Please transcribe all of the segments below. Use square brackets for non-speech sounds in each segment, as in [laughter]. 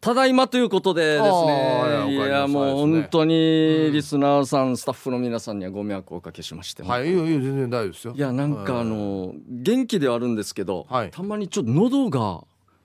ただいまということでですあーね。いいやお帰りなさいや、もうそうですね本当に、リスナーさん、スタッフの皆さんにはご迷惑をおかけしまして。はい、いいよいいよ全然大丈夫ですよ。いや、なんかあの、元気ではあるんですけどはい、たまにちょっと喉が、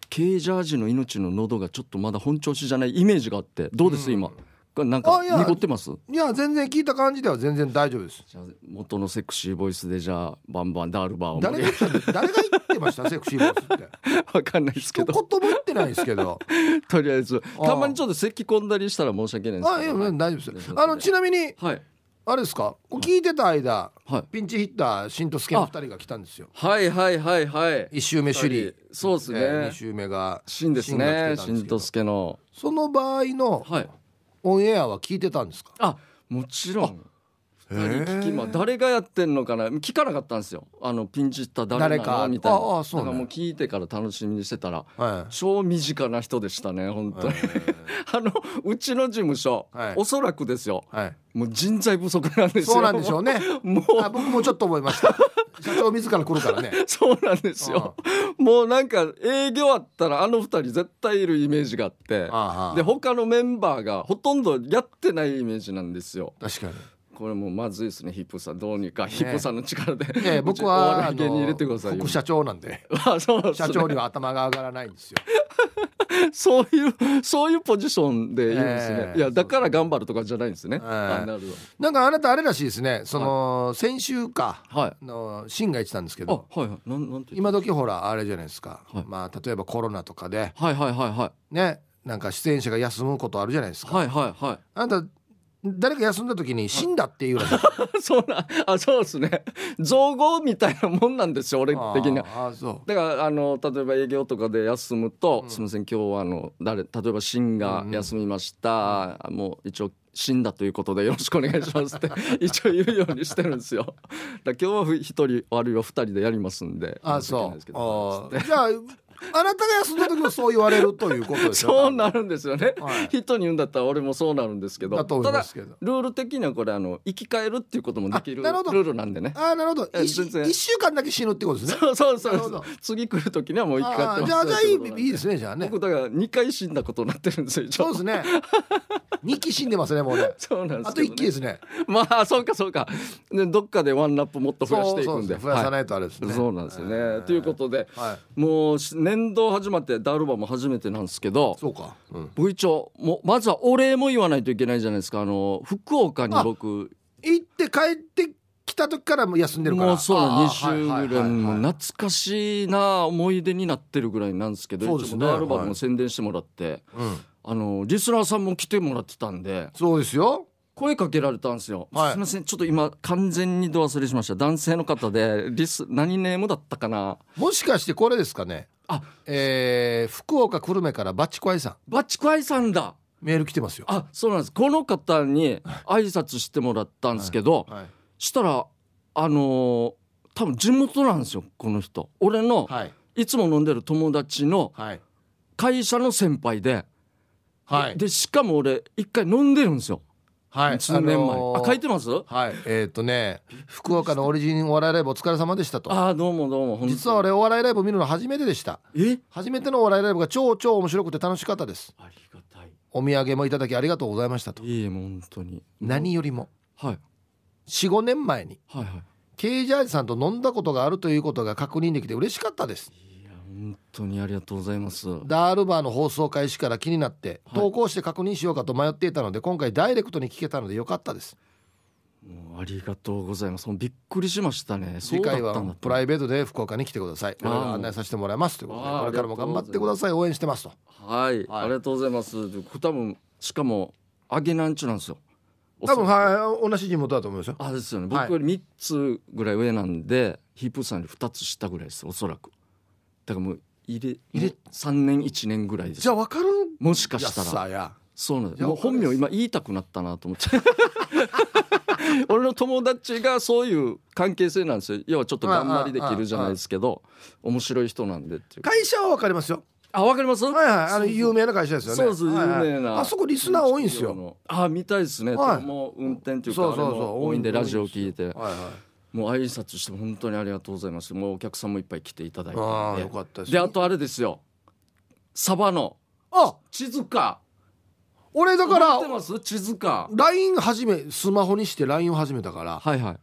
ケージャージの命の喉がちょっとまだ本調子じゃないイメージがあって、どうです今。これなんかあいや濁ってますいや全然聞いた感じでは全然大丈夫です。じゃあ元のセクシーボイスでじゃあバンバンダールバーを誰が言った誰が言ってましたセクシーボイスって。わかんない [laughs] ですけ一言ども言ってないです [laughs] けど。とりあえずあーたまにちょっと咳込んだりしたら申し訳ないんですあいけやど大丈夫ですよ。あのちなみにはいあれですかこう聞いてた間はいピンチヒッター新とスケの二人が来たんですよ。はいはいはいはい一周目首里。そうですえーね二周目がしんですがね来てしたんですんけとどすけのその場合のはいオンエアは聞いてたんですか。あもちろんへ二人聞きま誰がやってんのかな聞かなかったんですよあのピンチった誰誰かかみたいなああそうねだからもう聞いてから楽しみにしてたらは超身近な人でしたね本 [laughs] 当にあのうちの事務所はいおそらくですよいはい。もう人材不足なんですよそうなんでしょうね。もうあ僕もちょっと思 [laughs] いました。社長自ら来るからね。そうなんですよ。もうなんか営業あったらあの二人絶対いるイメー [laughs] ジがあって、ああで他のメンバーがほとんどやってないイメージなんですよ。確かに。これもうまずいですねヒップさんどうにかヒップさんの力で、ええ、僕はお笑い芸人入れてくださあいのよ副。社長な [laughs] んであそうです社ね長には頭が上がらないんですよ。そういうそういうポジションで言うんですね。ええいやだから頑張るとかじゃないんですね。ええあなるほなんかあなたあれらしいですね。その、先週かど。はい。のシンが言ってたんですけあど、はいはい。なんなんて言っ今時ほらあれじゃないですか。はいまあ例えばコロナとかでた。はいはいはいはいね、なんか出演者が休むことあるじゃないですか。はいはい [laughs] はい。あなた誰か休んだ時に死んだっていうらしい。そうな、あ、そうですね。造語みたいなもんなんですよ、俺 [laughs] 的には。ああそう。だからあの例えば営業とかで休むと「すみません今日はあの誰例えばシンが休みました、もう一応死んだということでよろしくお願いします」って [laughs] 一応言うようにしてるんですよ。だから今日は一人あるいは二人でやりますんであ申し訳ないそですけう。どああじゃああなたが休んだ時もそう言われるということでしょ。そうなるんですよね、はい人に言うんだったら俺もそうなるんですけどだと思いますけどただルール的にはこれあの生き返るっていうこともできるルあなるほどールなんでねああなるほど。え一週全然一週間だけ死ぬってことですね。そうそうそなるほうど。次来る時にはもう一回やあってまあすじゃあじゃあいとうことなんいいいですねじゃあね僕。だから二回死んだことになってるんですよ。一応そうですね。二期死んでますねもうね。そうなんですけどねあと一期ですね。まあそうかそうか。ねどっかでワンラップもっと増やしていくんで。。そうそうそう増やさないいとあれですね。そうなんですよね。ということで、はもうし年度始まってダルバも初めてなんですけど、そうか。うん。部長もうまずはお礼も言わないといけないじゃないですか。あの福岡に僕行って帰ってきた時からもう休んでるから。もうそうなんあ二週ぐらいもうは懐かしいな思い出になってるぐらいなんですけど、そうですねいつもダルバはもい宣伝してもらって、いはいうん。あのリスナーさんも来てもらってたんで。そうですよ。声かけられたんですよ、はいすみませんちょっと今完全にド忘れしました男性の方でリス何ネームだったかなもしかしてこれですかね。あえー、福岡久留米からバッチコアイさんバチコアイさんだメール来てますよ。あそうなんですこの方に挨拶してもらったんですけど、はい。したらあのー多分地元なんですよこの人俺のはい。いつも飲んでる友達のはい。会社の先輩で、はい。でしかも俺一回飲んでるんですよはい。数年前、あのーあ書いてますはい。えーっとね、福岡のオリジンお笑いライブお疲れ様でしたと。あーどうもどうも本当実は俺お笑いライブ見るの初めてでしたえ初めてのお笑いライブが超超面白くて楽しかったですありがたいお土産もいただきありがとうございましたといいえもう本当に何よりもはい45年前にはいはい K ジャージさんと飲んだことがあるということが確認できて嬉しかったですいや本当にありがとうございます。ダールバーの放送開始から気になってはい投稿して確認しようかと迷っていたので今回ダイレクトに聞けたのでよかったですもうありがとうございます。もうびっくりしましたね。次回そうだったんはだプライベートで福岡に来てくださいあー俺が案内させてもらいますということであーこれからも頑張ってください応援してますとはい、ありがとうございます。で多分しかも揚げなんちゅなんですよ。多分い。はい同じ地元だと思いますよあですよね。はい僕より三つぐらい上なんで、ヒープーさんより二つ下ぐらいです。おそらく。だからもう入れ入もれう三年一年ぐらいですじ。ゃあ分かるんもしかやしたら。さやそうなんですじゃあもう本名今言いたくなったなと思って [laughs] 俺の友達がそういう関係性なんですよ要はちょっと頑張りできるじゃないですけど面白い人なんでっていう会社はわかりますよ。あわかりますはいはい、あそうの有名な会社ですよね。そうです有はいはい名なあそこリスナー多いんですよ。あ見たいですね、はいもう運転というかそうそうそうあれも多いんで多いんラですジよオ聞いてはいはい。もう挨拶して本当にありがとうございますもうお客さんもいっぱい来ていただいてああ、よかったです。であとあれですよサバのあ地図か俺だか持ってらます地図か LINE 始めスマホにして LINE を始めたからはいはい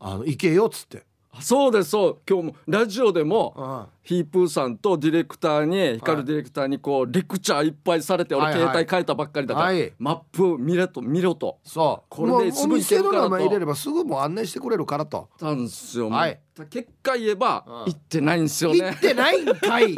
あの行けよっつって、そうですそう今日もラジオでも、うん、ヒープーさんとディレクターに光るディレクターにこうレクチャーいっぱいされては俺いはい携帯変えたばっかりだからはいマップ見れと見ろとそうこれですもうおぐ行け店るのからと名前入れればすぐもう案内してくれるからと言ったんですよ、はい結果言えばうん行ってないんですよ行ねってないんかい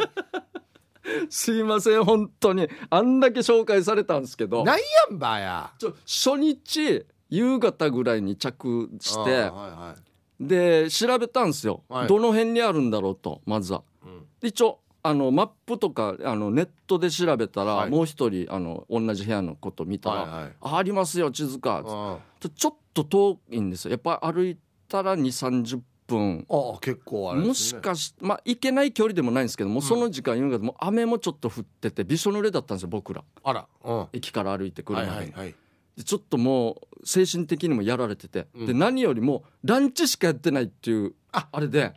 すいません本当にあんだけ紹介されたんですけどなんやんばやちょ初日夕方ぐらいに着しあてーはいはいで調べたんですよ、はいどの辺にあるんだろうとまずはうん一応あのマップとかあのネットで調べたら、はいもう一人あの同じ部屋のこと見たら、はいはいあありますよ地図かうんあちょちょっと遠いんですよやっぱ歩いたら2 3 0分ー結構あれもですしねかしまあ行けない距離でもないんですけども、んその時間夕方もう雨もちょっと降っててびしょ濡れだったんですよ僕らあらうんは駅から歩いてくいるまはで,、いはいでちょっともう精神的にもやられてて、うんで何よりもランチしかやってないっていうああれで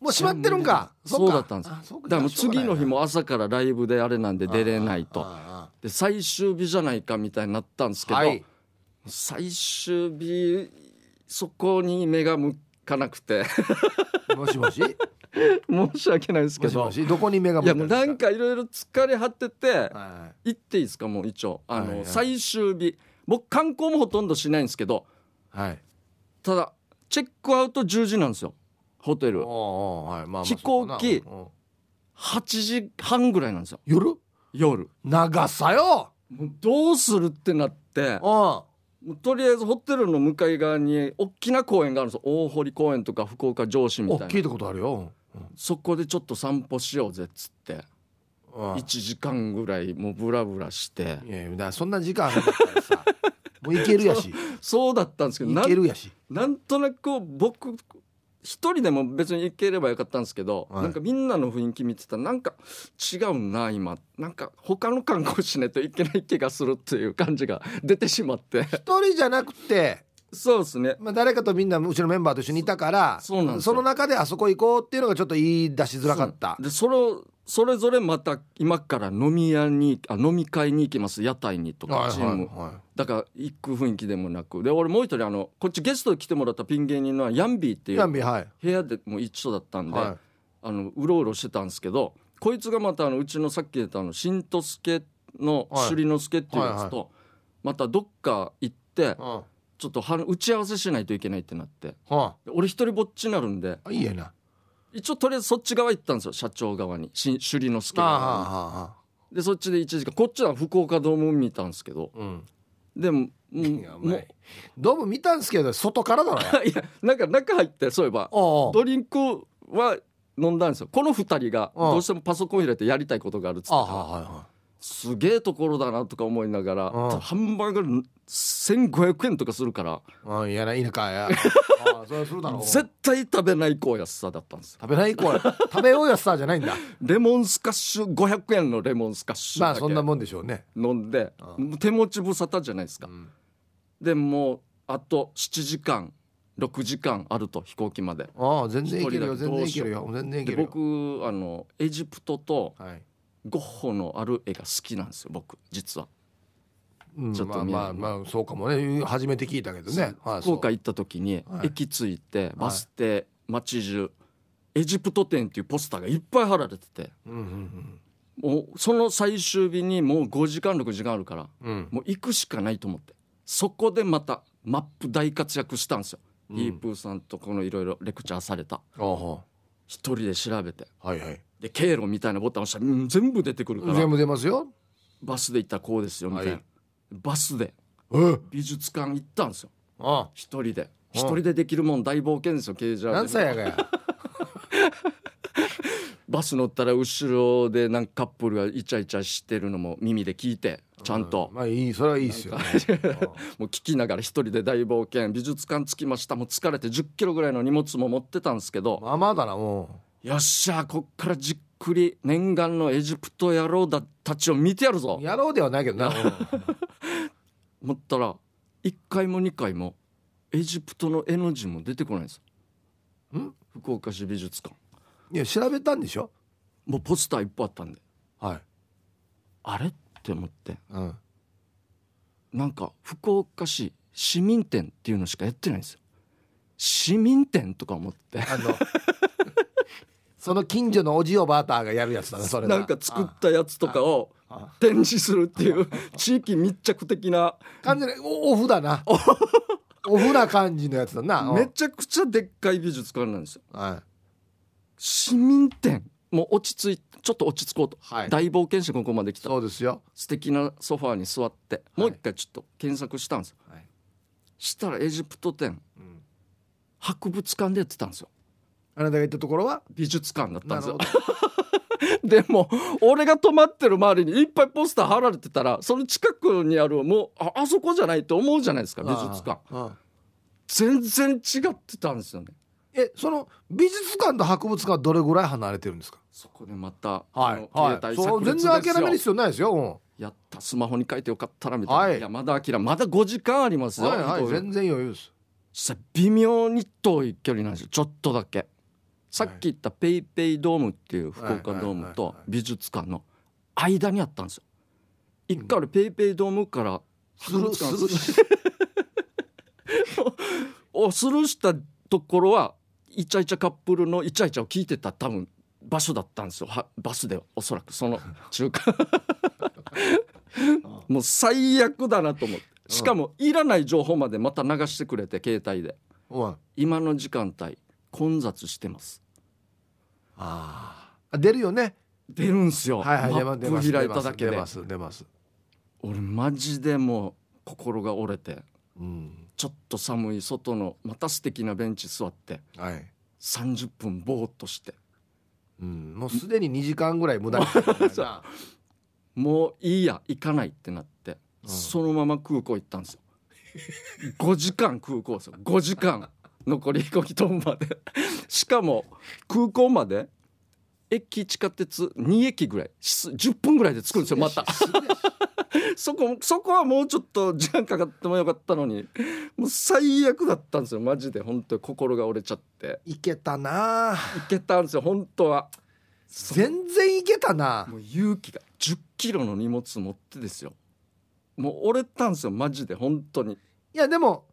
もう閉まってるんかそうだったんですすだからもう次の日も朝からライブであれなんで出れないとあで最終日じゃないかみたいになったんですーけど、はい最終日そこに目が向かなくて [laughs] もしもし申し訳ないですけもしどもしどこに目がい向やいてもうるんですなんかいろいろ疲れ果ててはいはい行っていいですかもう一応あの、はいはい最終日僕観光もほとんどしないんですけどはい。ただチェックアウト10時なんですよホテおルうおうはい。まあまあ飛行機そうかなうん8時半ぐらいなんですよ夜？夜長さよ。もうどうするってなってうん。もうとりあえずホテルの向かい側に大きな公園があるんですよ大堀公園とか福岡城市みおたい聞ないたことあるよ。うんそこでちょっと散歩しようぜっつってうん1時間ぐらいもうブラブラしていやいやだからそんな時間あるんだったらさ、もう行けるやし、 [laughs] そうだったんですけどな行けんるやし。なんとなく僕一人でも別に行ければよかったんですけど、はいなんかみんなの雰囲気見てたらなんか違うな今なんか他の観光しないといけない気がするっていう感じが出てしま [laughs] って一人じゃなくて、そうですねまあ誰かとみんなうちのメンバーと一緒にいたから、そうそうなんですよの中であそこ行こうっていうのがちょっと言い出しづらかった。でそれをそれぞれまた今から飲み屋にあ飲み会に行きます屋台にとかチームはだから行く雰囲気でもなくで俺もう一人あのこっちゲストで来てもらったピン芸人のヤンビーってい。いヤうンビーはい。部屋でも一緒だったんで、はあのうろうろしてたんですけどこいつがまたあのうちのさっき言ったあの新とすけのはい朱里之助っていうやつはいとまたどっか行ってい。うん。ちょっとは打ち合わせしないといけないってなってはで俺一人ぼっちになるんであ。いいやな。一応とりあえずそっち側行ったんですよ社長側にし朱里之助ああは側にあはでそっちで1時間こっちは福岡ドーム見たんですけどあ。うん。でももういやおもう前ドーム見たんすけど外からだろ。あ [laughs] いやなんか中入ってそういえばおうおう。ドリンクは飲んだんですよこの2人がうんどうしてもパソコン開いてやりたいことがあるっつってあたあかはらいはいはい。すげえところだなとか思いながらうんハンバーガー1500円とかするからうん、いやな、いいなか、いや。ああ、それはするだろう。絶対食べないこう安さだったんですよ食べない、これ。食べようやスターじゃないん [laughs] だ。レモンスカッシュ500円のレモンスカッシまあ、そんなュだもんでしょうね。け飲んでう手持ち無沙汰じゃないですかうんでもうあと7時間6時間あると飛行機までああ、全然いけるよ、一人だけ全ど然ういしけようるよ、全然いけでるよ。僕あのエジプトとはい。ゴッホのある絵が好きなんですよ僕実はうんちょっまあと見えまあ、まあ、そうかもね、初めて聞いたけどね。はい福岡そう行った時にはい駅着いてバス停街中エジプト展っていうポスターがいっぱい貼られててうんうんもうその最終日にもう5時間6時間あるからうん。うん。もう行くしかないと思ってそこでまたマップ大活躍したんですよ、うんヒープーさんとこのいろいろレクチャーされたああ、一人で調べてはいはい。で経路みたいなボタン押したら、うん全部出てくるから全部出ますよ。バスで行ったらこうですよみたいな、はいバスでえ美術館行ったんですよあ一人で一人でできるもん大冒険ですよケージャあ。ー何で歳やがや。バス乗ったら後ろでなんかカップルがイチャイチャしてるのも耳で聞いて [laughs] ちゃんとうまあ、いい、それはいいっすよ。もう聞きながら一人で大冒険美術館着きましたもう疲れて1 0キロぐらいの荷物も持ってたんですけどまあ、まあだな、もよっしゃこっからじっくり念願のエジプト野郎だたちを見てやるぞう。やろうではないけどな。思ったら1回も2回もエジプトの絵の字も出てこないんですよん福岡市美術館いや、調べたんでしょもうポスターいっぱいあったんではい。あれって思ってうん、なんか福岡市市民店っていうのしかやってないんですよ市民店とか思ってあの [laughs] その近所のおじおばあたがやるやつだなそれななんか作ったやつとかを展示するっていう地域密着的な完全におオフだ [laughs] なオフな感じのやつだな、うんめちゃくちゃでっかい美術館なんですよは市民店もう落ち着いちょっと落ち着こうと、はい大冒険者ここまで来い、たそうですよ、素敵なソファーに座ってもう一回ちょっと検索したんですよ、はいしたらエジプト展うん博物館でやってたんですよあなたが言ったところは美術館だったんなでするほよどでも俺が泊まってる周りにいっぱいポスター貼られてたらその近くにあるもうああそこじゃないと思うじゃないですか美 [laughs] 術館ああうん全然違ってたんですよねえその美術館と博物館はどれぐらい離れてるんですかそこでまた、はいあのはい携帯そう炸全裂然諦めるですよ必要ないですよ、うんやったスマホに書いてよかったらみたいな、はいい、やまだ諦めまだ5時間ありますよ、はいはいいろいろ全然余裕ですさ微妙に遠い距離なんですよちょっとだけさっき言ったペイペイドームっていう福岡ドームはいとはいはい美術館の間にあったんですよ一回俺ペイペイドームからスルースルーをスルーしたところはイチャイチャカップルのイチャイチャを聞いてた多分場所だったんですよ [laughs] はバスでおそらくその中間もう最悪だなと思ってしかもいらない情報までまた流してくれて携帯でうん今の時間帯混雑してますあーあ出るよね出るんすよ、はいはい出マます出ッまプす開出いたまだすけ出でます出ます俺マジでもう心が折れてうんちょっと寒い外のまた素敵なベンチ座ってはい30分ぼーっとしてうんもうすでに2時間ぐらい無 [laughs] 駄にそうもういいや行かないってなって、うんそのまま空港行ったんですよ5時間空港ですよ5時間残り飛行機飛ぶまでしかも空港まで駅地下鉄2駅ぐらいす10分ぐらいで着くんですよまたすごいしそこそこはもうちょっと時間かかってもよかったのにもう最悪だったんですよマジで本当に心が折れちゃっていけたなあ行けたんですよ本当は全然いけたなもう勇気が1 0キロの荷物持ってですよもう折れたんですよマジで本当にいやでも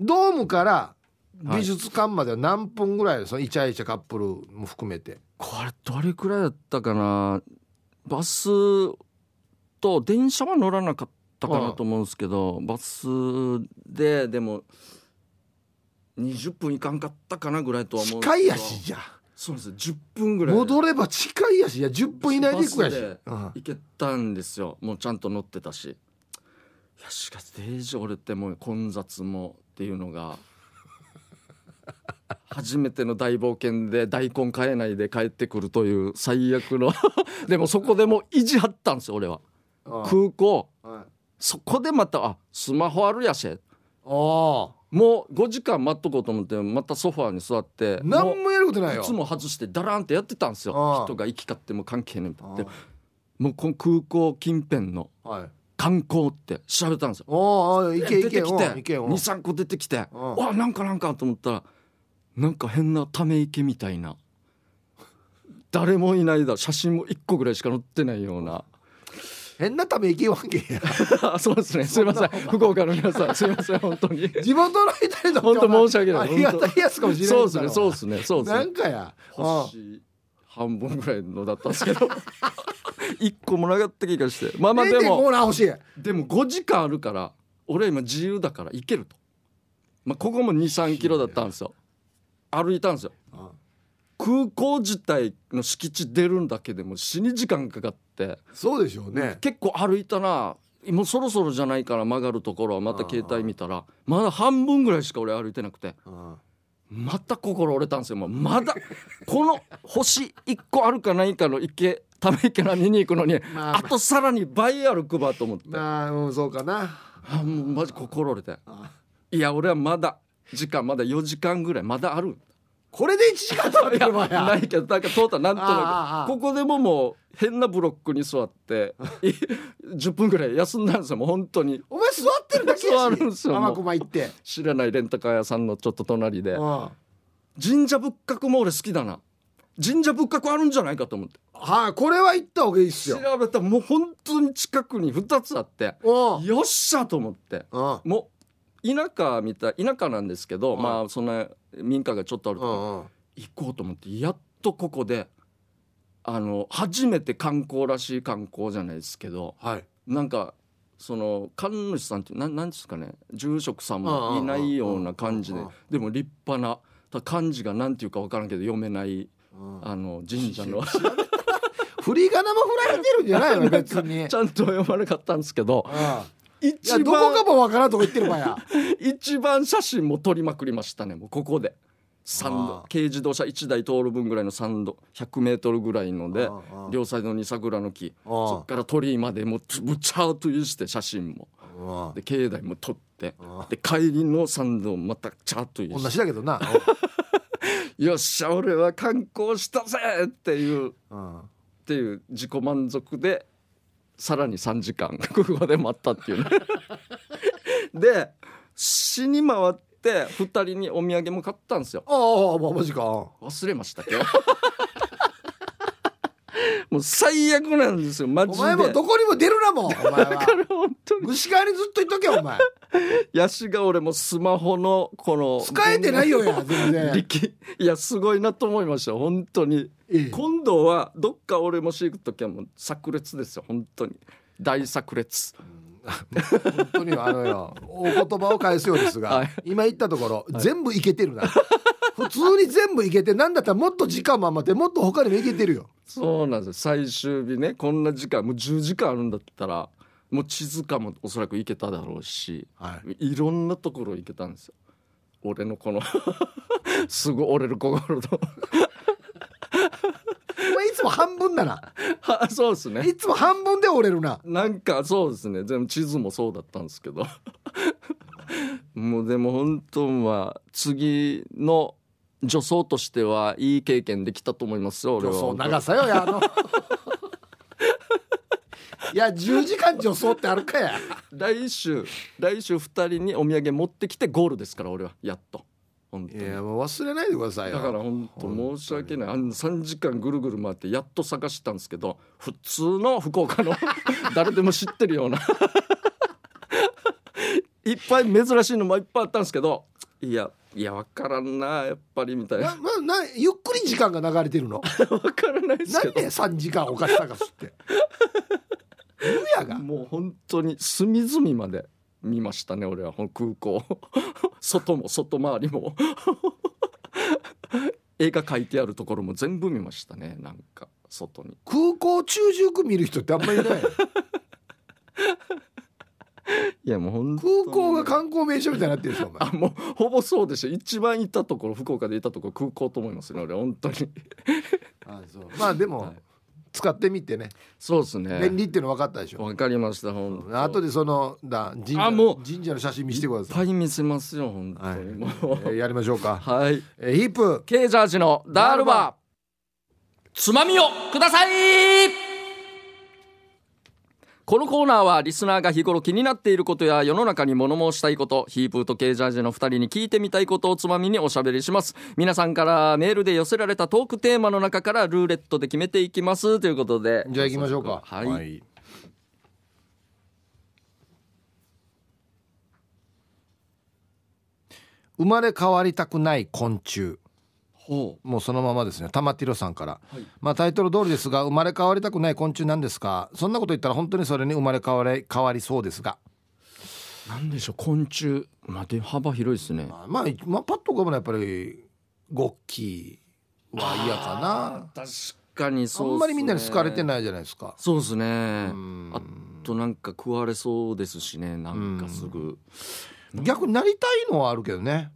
ドームから美術館までは何分ぐらいですかイチャイチャカップルも含めてこれどれくらいだったかなバスと電車は乗らなかったかなと思うんですけどバスででも20分いかんかったかなぐらいとは思うんです近けどいやしじゃそうなんですよ10分ぐらいで戻れば近いやしいや10分以内で行くやし、バスでうん行けたんですよもうちゃんと乗ってたしいやしかしデージ折れてもう混雑もっていうのが初めての大冒険で大根買えないで帰ってくるという最悪の [laughs] でもそこでもう意地張ったんですよ俺はうん空港はいそこでまたあスマホあるやしあもう5時間待っとこうと思ってまたソファーに座ってあ何ももやることないういよつも外してダラーンってやってたんですよああ人が行き交っても関係ねえみたいなであもうこの空港近辺のあはい観光って調べたんですよ。おーおーいけいけ出てきうんいてけうん23個出てきてうんわなんかなんかと思ったらなんか変なため池みたいな誰もいないだ写真も1個ぐらいしか載ってないような変なため息わけやあ [laughs] そうですねすいません福岡の皆さんすいません本当 [laughs] に地元の人にとっては本当申し訳ないありがたいやつかもしれないそうんですだろねそうですねそうですなねんかやうん星半分ぐらいのだったんですけ [laughs] ど1個もなかった気がしてまあまあでも0.5な欲しいでも5時間あるから俺今自由だから行けると、まあ、ここも2 3キロだったんですよ歩いたんですよ空港自体の敷地出るんだけでも死に時間かかってそうでしょうね結構歩いたなもうそろそろじゃないから曲がるところはまた携帯見たらまだ半分ぐらいしか俺歩いてなくてうんまた心折れたんですよもうまだこの星1個あるかないかの池ため池何に行くのに [laughs] まあまああとさらに倍歩くばと思ってまあうんそうかなあもうマジ心折れて。あいや俺はまだ時間まだ4時間ぐらいまだあるこれで1時間食べればやないけどなんかトータルなんとあああなあくここでももう変なブロックに座って [laughs] い10分ぐらい休んだんですよもう本当にお前座ってるだけやし座るんですよもう天駒行って知らないレンタカー屋さんのちょっと隣でうん神社仏閣も俺好きだな神社仏閣あるんじゃないかと思ってはい、これは行った方がいいっす調よ。べたらもう本当に近くに2つあっておうん。よっしゃと思ってうん。もう田舎みたい田舎なんですけど、はいまあそんな民家がちょっとあるとこうん。うん。行こうと思ってやっとここであの初めて観光らしい観光じゃないですけどはい。なんかその神主さんってななんですかね住職さんうんうんもうんいないような感じでうんうんでも立派なただ漢字が何ていうか分からんけど読めないうんあの神社 [laughs] の振り仮名も振られてるんじゃないの別にち。ゃんと読まなかったんですけどういや一どこか番もわからんとこ行ってるばや。一番写真も撮りまくりましたねもうここで。サンあドー軽自動車1台通る分ぐらいのサンド100メートルぐらいのでうんうん両サイドに桜の木う [laughs] そんっから鳥居までもうつぶちゃーというして写真もうんで境内も撮ってうんで帰りの参道もまたちゃーっという同しじだけどな。よっしゃ俺は観光したぜっていうっうん。ていう自己満足でさらに3時間 [laughs] ここで待ったって [laughs] いうねで死に回って2人にお土産も買ったんですよああ、まあ、マジか。忘れましたけ [laughs] どもう最悪なんですよマおジで前もどこにも出るなもん。お前は。本当に虫川にずっといっとけよ、[laughs] お前。ヤシが俺もスマホのこの使えてないよや、全然。力いやすごいなと思いました本当にええ今度はどっか俺もし行く時はもう炸裂ですよ本当に大炸裂本当にあのよお言葉を返すようですが、はい今言ったところ、全部いけてるな普通に全部いけてなんだったらもっと時間も余ってもっと他にもいけてるよそうなんですよ最終日ねこんな時間もう10時間あるんだったらもう地図かもおそらく行けただろうしはいろんなところ行けたんですよ俺のこの [laughs] すごい折れる心といお前いつも半分だな [laughs] はそうですねいつも半分で折れるななんかそうですね全部地図もそうだったんですけど [laughs] もうでも本当は次の女装としてはいい経験できたと思いますよ俺女は装長さよ [laughs] やあのいや10時間女装ってあるかや来週来週2人にお土産持ってきてゴールですから俺はやっと本当にだもう忘れないでくださから本当申し訳ないあの3時間ぐるぐる回ってやっと探したんですけど普通の福岡 [laughs] の誰でも知ってるようないっぱい珍しいのもいっぱいあったんですけどいやいや分からんなやっぱりみたいななまあなゆっくり時間が流れてるの分からないですけ何どで3時間お菓子探すって無やがもう本当に隅々まで見ましたね俺はこの空港外も外回り [laughs] も絵が描いてあるところも全部見ましたねなんか外に空港中軸見る人ってあんまりいないいやもう本当に空港が観光名所みたいになってるでしょお前あもうほぼそうでしょ一番いたところ福岡でいたところ空港と思いますね俺本当にまあでも、はい使ってみてねそうですね便利っていうの分かったでしょ、わかりました本当後でそのだ神社あもう神社の写真見せてくだいっさぱいい見せますよ本当に、もえうーやりましょうかはいえーヒープケージャージのダールバーつまみをくださいこのコーナーはリスナーが日頃気になっていることや世の中に物申したいこと、ヒープーとケージャージの二人に聞いてみたいことをつまみにおしゃべりします。皆さんからメールで寄せられたトークテーマの中からルーレットで決めていきますということで。じゃあ行きましょうかはい。い生まれ変わりたくない昆虫ほもうそのままですね玉城さんから、いまあタイトル通りですが生まれ変わりたくない昆虫なんですかそんなこと言ったら本当にそれに生まれ変われ変わりそうですがう。なんでしょう、昆虫。まあ、で幅広いですね。まあ、まあ、まあパッと浮かぶのはやっぱりゴッキーは嫌かな確かにあそう、んまりみんなに好かれてい。ないじゃないですかそうですね。んあとなんか食われそうですしね、なんかすぐ。逆になりたいのはあるけどね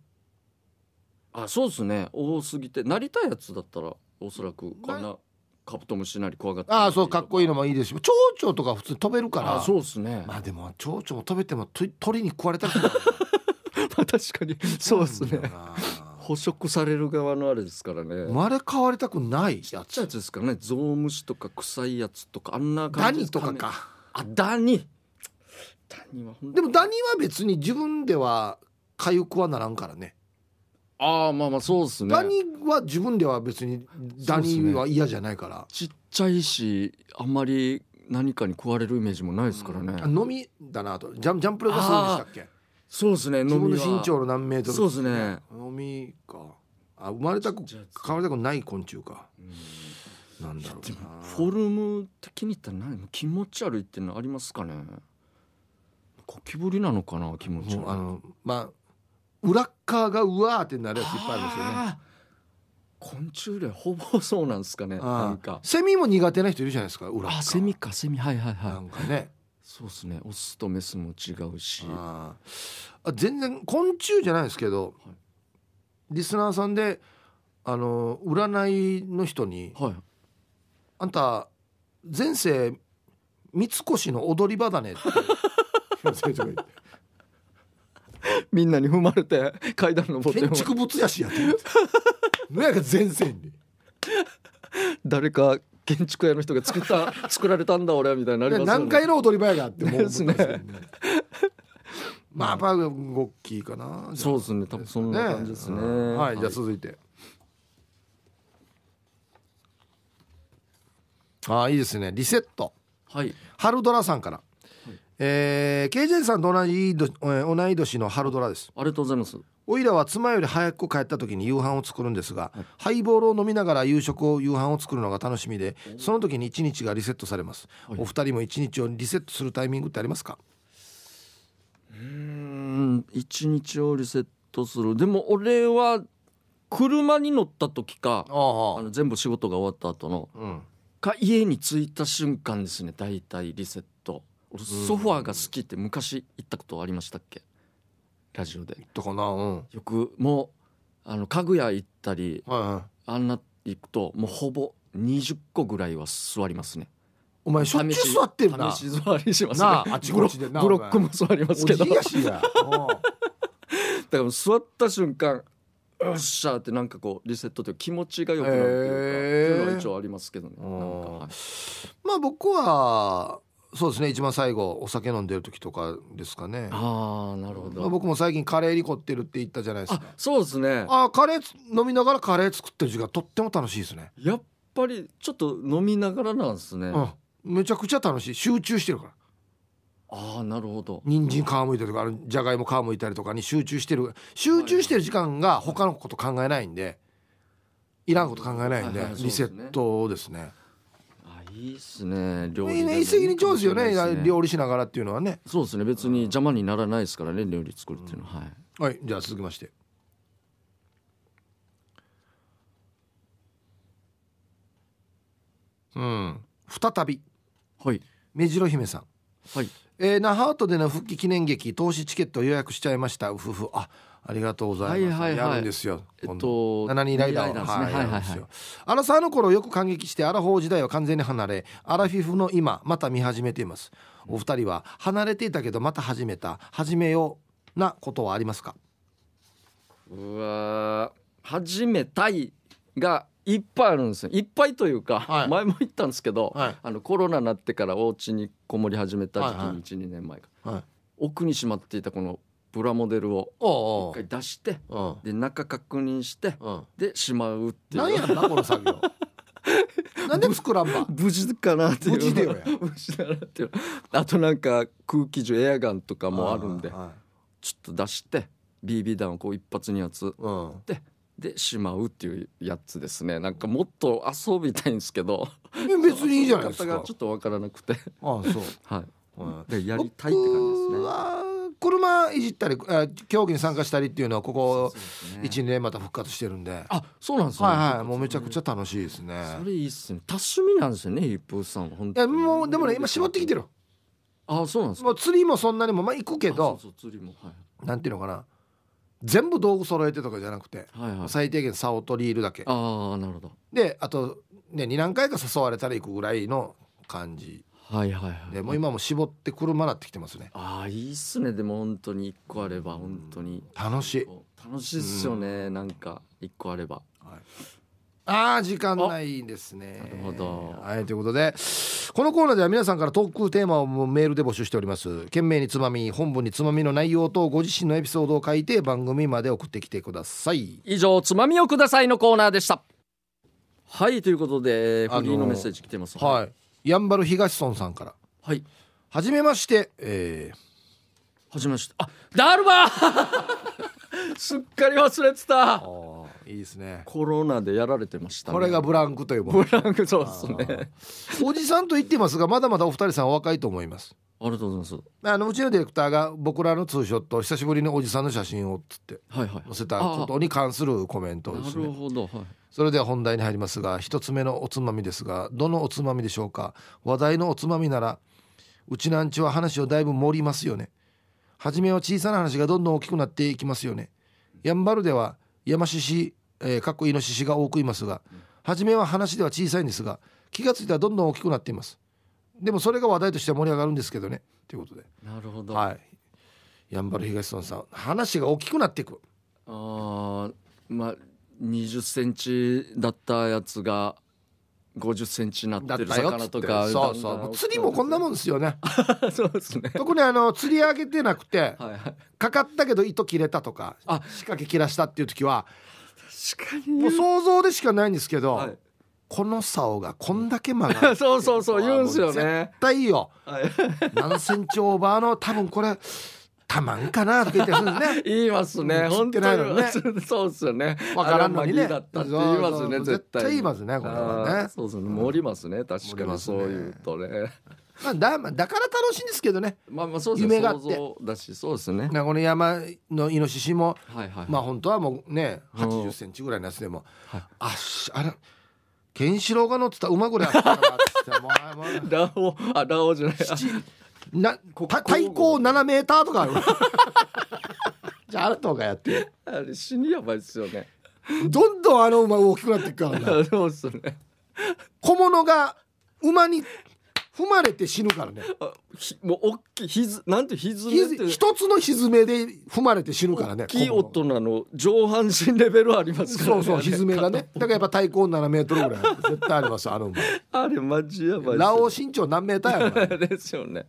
あそうですね多すぎてなりたいやつだったらおそらくこんなカブトムシなり怖がってああそうかっこいいののもいいですし蝶々とか普通に飛べるかかららそうですね、 [laughs] まあでも蝶々も飛べてもと鳥に食われたくない [laughs] 確かにそうですなんだねよな捕食される側のあれですからね生まれ変わりたくないややっちゃうやつですからねゾウムシとか臭いやつとかあんなダ感じでニすとらかねかあダニダニはほんでもダニは別に自分では痒くはならんからねああまあまあそうですねダニは自分では別にダニは嫌じゃないから、ちっちゃいしあんまり何かに食われるイメージもないですからね、あ飲みだなとジャンジャンプレがそうでしたっけそうですね自飲分みのは身長の何メートルそうですね飲みかあ生まれたちっくちゃいやつ変わりたくない昆虫かなんだろうなフォルム的に言ったら何気持ち悪いってのありますかねゴキブリなのかな気持ち悪いもうあのまあ裏っ側がうわーってなるやついっぱいあるんですよねあー昆虫類ほぼそうなんですかねあーなんかセミも苦手な人いるじゃないですか裏っ側あセミかセミはいはいなはいんかねそうですねオスとメスも違うしあーあ全然昆虫じゃないですけど、はいリスナーさんであの占いの人にはい「あんた前世三越の踊り場だね」って先 [laughs] 生が言ってみんなに踏まれて階段登って建も築物やしやって言って何やか前世に誰か建築屋の人が作った [laughs] 作られたんだ俺はみたいになりますよね何階の踊り場やがってもう思ったん [laughs] ですけどでねまあやっぱゴッキーかなそうですね多分そんな感じですねうんはいじゃあ続いてああいいですねリセットはい春ドラさんから、えー、KJ さんと同じどえー同い年の春ドラですありがとうございますおいらは妻より早く帰った時に夕飯を作るんですが、ハイボールを飲みながら夕食を夕飯を作るのが楽しみでその時に一日がリセットされます、はいお二人も一日をリセットするタイミングってありますかうん一日をリセットするでも俺は車に乗った時かあああの全部仕事が終わった後のうんか家に着いた瞬間ですね大体リセット俺ソファーが好きって昔言ったことありましたっけラジオでとかなうんはいよくもうあの家具屋行ったりはいあんな行くともうほぼ20個ぐらいは座りますねお前しょっちゅう座ってるな試し座りしますねなああっちこっちでなブロブロックも座りますけどおじいや [laughs] しやだから座った瞬間よっしゃーってなんかこうリセットというか気持ちが良くなるっていうへか、そうーいうのは一応ありますけどねなんかはいまあ僕はそうですね一番最後お酒飲んでる時とかですかねああなるほまあ、ど、僕も最近カレーに凝ってるって言ったじゃないですあかそうですねああカレーつ飲みながらカレー作ってる時間とっても楽しいですね、やっぱりちょっと飲みながらなんですね、うあん、めちゃくちゃ楽しい集中してるからあなるほど人参皮むいたりとかあのじゃがいも皮むいたりとかに集中してる集中してる時間が他のこと考えないんでいらんこと考えないんではいはいそうリでセすねットですねあいいっすね料理いいね一石二鳥ですよね料料理しながらっていうのはねそうですね別に邪魔にならないですからね料理作るっていうのは、はいはいじゃあ続きましてうん再びはい目白姫さんはいえー、那覇アートでの復帰記念劇投資チケット予約しちゃいましたうふふあありがとうございます、はいはいはいやるんですよえっ今度と7人ライダーライダーでは、すねははいいやはるいんですはいよアラサーの頃をよく感激してアラフォー時代は完全に離れアラフィフの今また見始めていますお二人は離れていたけどまた始めた始めようなことはありますかうわー始めたいがいっぱいあるんですよいっぱいというか、はい前も言ったんですけど、はいあのコロナになってからお家にこもり始めた時期はいはいに12、年前かはい奥にしまっていたこのプラモデルをお一回出しておで中確認してうんうんでしまうって何いうやんなこの [laughs] 作業なんで作らんば無事かなっていう無事でよや [laughs] 無事だなっていうあとなんか空気銃エアガンとかもあるんではいはいちょっと出して BB 弾をこう一発二発うんでしまうっていうやつですねなんかもっと遊びたいんですけどえ別にいいじゃないです方かがちょっとわからなくてああそうはうんいでやりたいって感じですね僕は車いじったりあ競技に参加したりっていうのはここそうですね12年また復活してるんで、あそうなんですねはいはいもうめちゃくちゃ楽しいですねそれいいっすね多趣味なんですよね一風さんは本い当やにもうでもね今絞ってきてるあそうなんですもかう釣りもそんなにもまあ行くけあどそうそう釣りもはいなんていうのかな全部道具揃えてとかじゃなくてはいはい最低限竿とリールだけああなるほどであとね2何回か誘われたら行くぐらいの感じはいはいはいでもう今も絞って車なってきてますねああいいっすねでも本当に一個あれば本当に楽しいこう楽しいっすよねなんか一個あればはいああ時間ないんですね。なるほどはいということでこのコーナーでは皆さんからトークテーマをメールで募集しております。懸命につまみ本文につまみの内容とご自身のエピソードを書いて番組まで送ってきてください。以上つまみをくださいのコーナーでしたはいということであのフリーのメッセージ来てますねはい。やんばる東村さんから。はいはじめまして、えはじめましてあダルマ [laughs] すっかり忘れてたー、いいですね。コロナでやられてましたねこれがブランクというもブの。ランクそうですねおじさんと言ってますが、まだまだお二人さんは若いと思います。ありがとうございますあのうちのディレクターが僕らのツーショット久しぶりのおじさんの写真をっつってはいはい載せたことに関するコメントでなするねほど、はい、それでは本題に入りますが一つ目のおつまみですがどのおつまみでしょうか話題のおつまみならうちなんちは話をだいぶ盛りますよね初めは小さな話がどんどん大きくなっていきますよねやんばるではヤマシシ、えー、かっこイノシシが多くいますが初めは話では小さいんですが気がついたらどんどん大きくなっていますでもそれが話題として盛り上がるんですけどねということでなるほど、はい。やんばる東村さん、話が大きくなっていく。あーまあ20センチだったやつが50センチになだっってるたよっ魚つってとかそうそう。もう釣りもこんなもんですよね。ん [laughs] そうですね特にあの釣り上げてなくて、 [laughs] はいはいかかったけど糸切れたとか、仕あ掛け切らしたっていう時は、確かにもう想像でしかないんですけど、はいこの竿がこんだけ曲が [laughs] る。そうそうそう言うんすよね絶対いいよ。はい [laughs] 何センチオーバーの多分これたまんかなとか言ってするんですね。言いますね。うん切っ本て当ないのにねに [laughs] そうですよね。わからんのにねあれはマギーだったって言いますそうね。そう絶対。絶対言いますねこれはねあーそうそう盛りますね。確盛かりまにすそねういうとね。まあだだから楽しいんですけどね。まあまあそうですね。夢があって想像だし、そうですね。なこの山のイノシシもはいはい。まあ本当はもうねうん8 0ンチぐらいのやつでも、はいあしあれケンシロウが乗ってた馬ぐらいあったからっつってもうもうラオあラオじゃない。あなた体高7メーターとかあるじゃああなたがやってあれ死にやばいですよね。どんどんあの馬大きくなっていくから [laughs] なそうですね。小物が馬に踏まれて死ぬからねあひもう大きいひずなんてひずめってひ一つの蹄で踏まれて死ぬからね大きい小物大人の上半身レベルありますからそね。うそうあれ蹄がねだからやっぱ体高7メートルぐらいある絶対ありますあの馬あれマジやばいっすね。ラオウ身長何メーターやから [laughs] ですよね。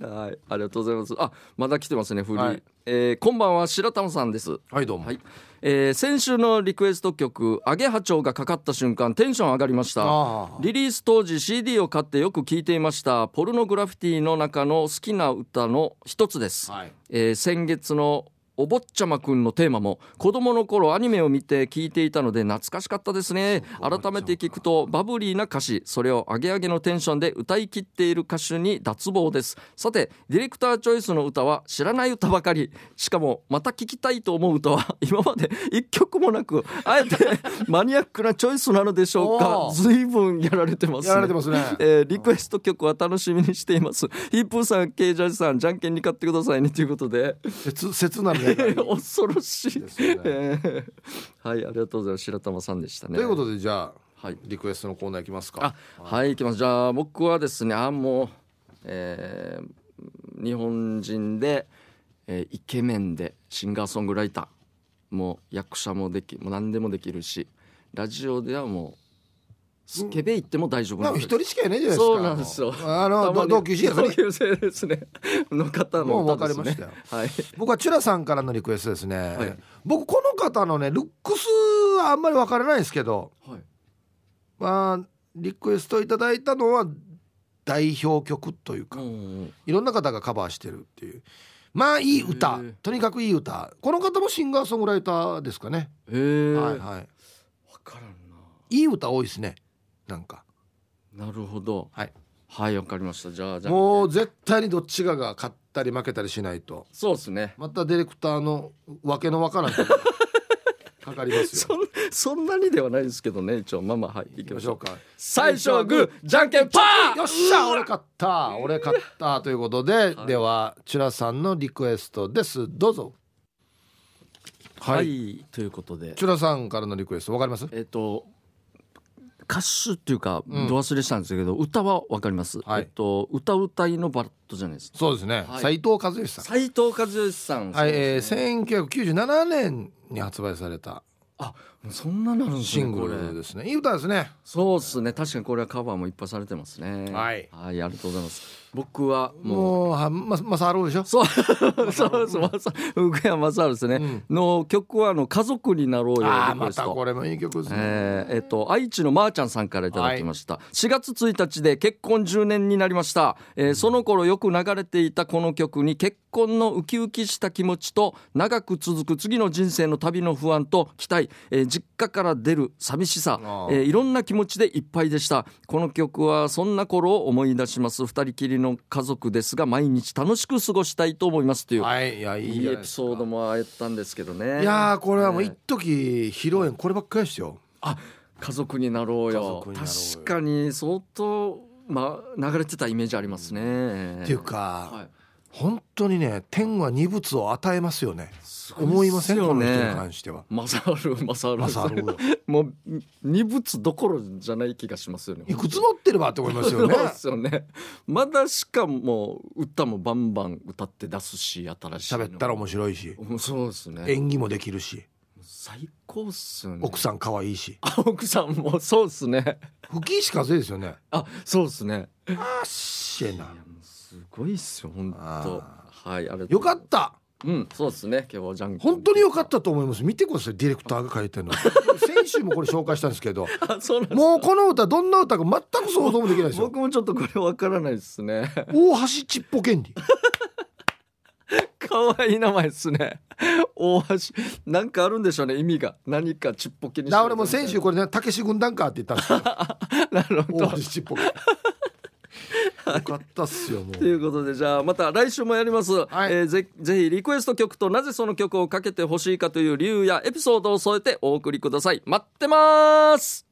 はい、ありがとうございます。あ、まだ来てますね、フリー。はいえーこんばんは、白玉さんです。はいどうも、はい、えー先週のリクエスト曲、アゲハチョウがかかった瞬間、テンション上がりました。ああリリース当時 CD を買ってよく聴いていましたポルノグラフィティの中の好きな歌の一つです、はい、えー先月のお坊ちゃまくんのテーマも子供の頃アニメを見て聞いていたので懐かしかったですね改めて聞くとバブリーな歌詞それをアゲアゲのテンションで歌い切っている歌手に脱帽ですさてディレクターチョイスの歌は知らない歌ばかりしかもまた聞きたいと思う歌は [laughs] 今まで一曲もなくあえて [laughs] マニアックなチョイスなのでしょうかおー随分やられてますねやられてますね。 [laughs] えーリクエスト曲は楽しみにしてい [laughs] ます。ヒップーさん、ケイジャージさん、じゃんけんに勝ってくださいねということで、切切な [laughs] る願い恐ろしい。ですよねえー [laughs] はい、ありがとうございます。白玉さんでしたね。ということでじゃあはい、リクエストのコーナーいきますかあ。、はい、行きます。じゃあ、僕はですね、あ、もう、えー日本人で、えーイケメンで、シンガーソングライター、もう役者もでき、もう何でもできるし、ラジオではもう、スケベ行っても大丈夫まあん一です人しかいないじゃないですか。そうなんですよ。あのたまどに同級生やそれ同級生ですね。の方の、ね。もう分かりましたよはい。僕はチュラさんからのリクエストですね。い僕この方のねルックスはあんまり分からないんですけど、はい。まあリクエストいただいたのは代表曲というか、いろんな方がカバーしてるっていう。まあいい歌へえ、とにかくいい歌。この方もシンガーソングライターですかね。えー。はいわはい。からんいい歌多いですね。なんか。な。なるほど。はい。はい、わかりました。じゃあ、じゃあ。もう絶対にどっちかが勝ったり負けたりしないとそうですね。 [laughs] またディレクターのわけのわからんことがかかりますそよん、そんなにではないですけどね、一応、まあまあ、はい、行き行きままししょょうう。か最初はグー、じゃんけん、パー。よっしゃ俺勝った俺勝ったということでではチュラさんのリクエストですどうぞはい、はい、ということで。チュラさんからのリクエストわかりますえっ、と歌手っていうか、ど忘れしたんですけど歌はわかります、はいえっと歌うたいのバラットじゃないですかそうですねはい斉藤和義さん斉藤和義さんはい、そうえですねー1997年に発売されたあそんななるんですシねングこれルですねいい歌ですねそうですね確かにこれはカバーもいっぱいされてますねはいありがとうございます僕はもうもうはままさあるでしょそうそうですまさ福山雅治ですね、の曲はあの「家族になろうよ」あリあクまエスたトこれもいい曲ですね、えーえっと愛知のまーちゃんさんからいただきました、4月1日で結婚10年になりました、えーその頃よく流れていたこの曲に結婚のウキウキした気持ちと長く続く次の人生の旅の不安と期待、えー実家から出る寂しさあ、ーえーいろんな気持ちでいっぱいでしたこの曲はそんな頃を思い出します2人きりの家族ですが毎日楽しく過ごしたいと思いますという、はいいやいいい、いじゃなエいでピすかソードもあったんですけどねいやーこれはもう一時披露宴こればっかりですよあ家族になろう家よ族になろうよ確かに相当、まあ、流れてたイメージありますね、っていうか、はい、本当にね天は二物を与えますよねすご思いっますせんよこの人に関してはマサールマサールマサール [laughs] もう二物どころじゃない気がしますよねいくつ持ってればって思いますよねそうですよねまだしかも歌もバンバン歌って出すし新しいの喋ったら面白いしうんそうですね演技もできるし最高っすよね奥さん可愛いしあ奥さんもそうですね吹石和恵ですよねあそうですねあっしえなすごいっすよ本あ当はいあれよかったうん、そうですね。今日はジャンク。本当によかったと思います見てくださいディレクターが書いてる [laughs] の先週もこれ紹介したんですけどた。 [laughs] そうなんです。もうこの歌どんな歌か全く想像もできないですよ僕もちょっとこれわからないですね。 [laughs] 大橋ちっぽけんり可愛い名前ですね。 [laughs] 大橋。なんかあるんでしょうね。意味が。何かちっぽけにしてるみたいだな。俺も先週これねたけし軍団かって言ったん [laughs] ですよなるほど。大橋ちっぽけよかったっすよもといううことでじゃあまた来週もやります、はいえーぜぜひリクエスト曲となぜその曲をかけてほしいかという理由やエピソードを添えてお送りください待ってます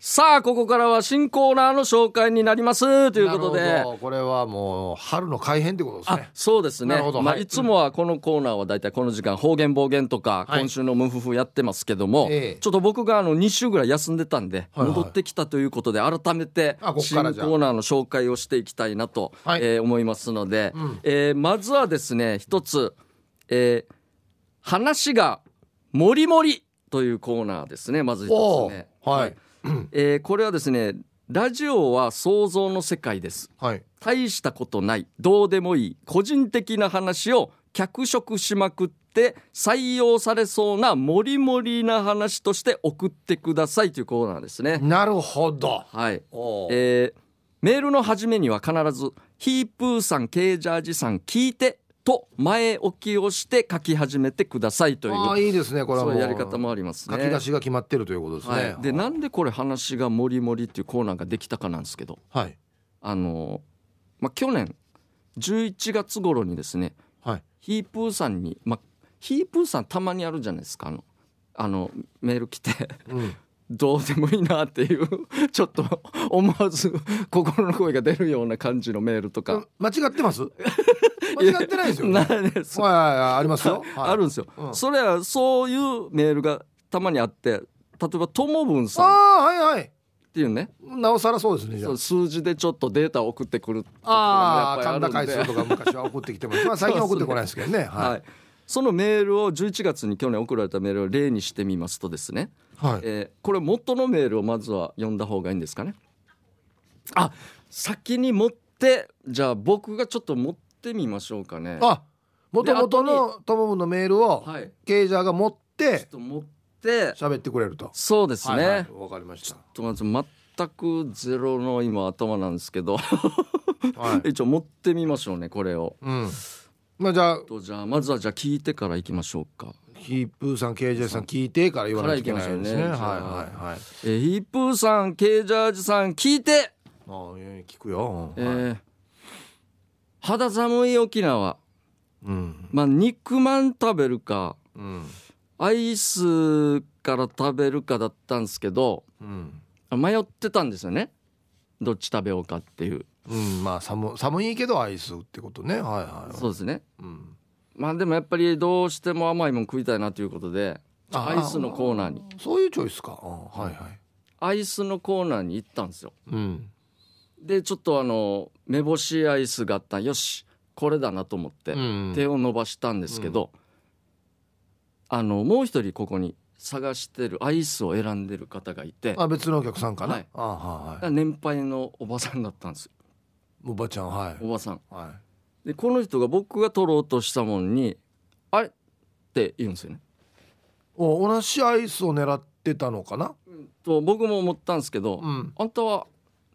さあここからは新コーナーの紹介になります [laughs] ということでなるほどこれはもう春の改変ってことですあねそうですなねるほど、まあ、はいいつもはこのコーナーはだいたいこの時間方言暴言とかはい今週の「ムフフ」やってますけども、ええちょっと僕があの2週ぐらい休んでたんではいはい戻ってきたということで改めてあここ新コからじゃあーナーの紹介をしていきたいなと、はいえー思いますので、んえーまずはですね一つ、えー話がもりもり」というコーナーですねまず一つね。おーはいえーこれはですねラジオは想像の世界です。はい大したことないどうでもいい個人的な話を脚色しまくって採用されそうなモリモリな話として送ってくださいというコーナーですね。なるほどはいおーえーメールの始めには必ず「ヒープーさんケージャージさん聞いて」と前置きをして書き始めてくださいというああいいですねこれはそもうういうやり方もありますね。書き出しが決まってるということですはねい、でなんでこれ話がモリモリっていうコーナーができたかなんですけどはいあのまあ、去年11月頃にですねはいヒープーさんに、まあ、ヒープーさんたまにあるじゃないですかあのあのメール来て [laughs] うんどうでもいいなっていう [laughs] ちょっと思わず心の声が出るような感じのメールとか間違って [laughs] ます間違ってないですよねなはいです、いはいはいありますよはいあるんですよ、うんそれはそういうメールがたまにあって例えばともぶんあさんっあはいはいていうねなおさらそうですねじゃあそう数字でちょっとデータを送ってくるところもやあっあぱりるん神で田回数とか昔は送ってきてますまあ最近は送ってこないですけどねははいい、そのメールを11月に去年送られたメールを例にしてみますとですね、はいえーこれ元のメールをまずは読んだ方がいいんですかねあ先に持ってじゃあ僕がちょっと持ってみましょうかねあ元々のトモブのメールをはいケイジャーが持っちょってと持って喋ってくれるとそうですね、はいはいわかりましちょっとまず全くゼロの今頭なんですけど、た [laughs] はい一応持ってみましょうねこれをうんまあじゃあとじゃあまずはじゃあ聞いてからいきましょうかヒープーさんケイジャーさん聞いてから言わないといけないですねはかいらは行きましょうねいはいえーヒープーさんケージャージさん聞いてああいやいや聞くよえはいー肌寒い沖縄、うんまあ、肉まん食べるかうんアイスから食べるかだったんですけどうん迷ってたんですよねどっち食べようかっていううんまあ寒寒いけどアイスってことねはいはいそうですねうんまあでもやっぱりどうしても甘いもん食いたいなということであアイスのコーナーにそういうチョイスかうんはいはいアイスのコーナーに行ったんですようんでちょっとあの目星アイスがあったよしこれだなと思って、うん手を伸ばしたんですけど、あのもう一人ここに探してるアイスを選んでる方がいてあ別のお客さんかな、はいあはいはい年配のおばさんだったんですよおばちゃんはいおばさんはでこの人が僕が取ろうとしたもんに「あれ?」って言うんですよねいお同じアイスを狙ってたのかなと僕も思ったんですけど、うんあんたは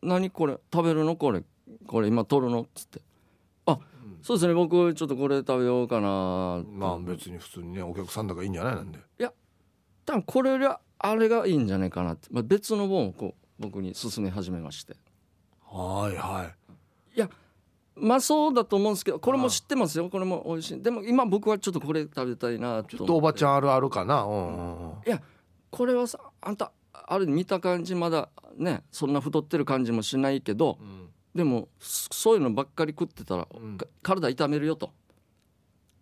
何これ食べるのこれこれ今取るの?」っつって「あそうですね僕ちょっとこれ食べようかな」まあ別に普通にねお客さんだからいいんじゃないなんで多分これよりはあれがいいんじゃないかなって、まあ、別の本をこう僕に勧め始めましてはいはいいやまあそうだと思うんですけどこれも知ってますよこれも美味しいでも今僕はちょっとこれ食べたいなちとょっとお思ばってちゃんあるあるかなうんうんうんいやこれはさあんたあれ見た感じまだねそんな太ってる感じもしないけどうんでもそそういうのばっかり食ってたら、うんか体痛めるよと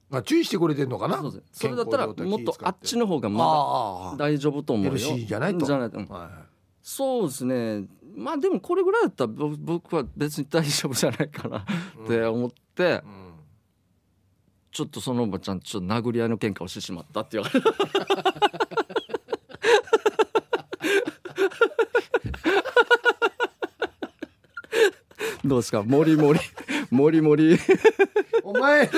まあ注意してくれてんのかなそうですそれだったらも健康っ状態と気使あっちの方がまあだあ大丈夫と思うよ LC じゃないとじゃないうんああはいはいそうですねまあでもこれぐらいだったらぼ僕は別に大丈夫じゃないかなって思ってうんちょっとそのおばちゃんちょっと殴り合いの喧嘩をしてしまったって言われてどうですかもりもりもりもりお前の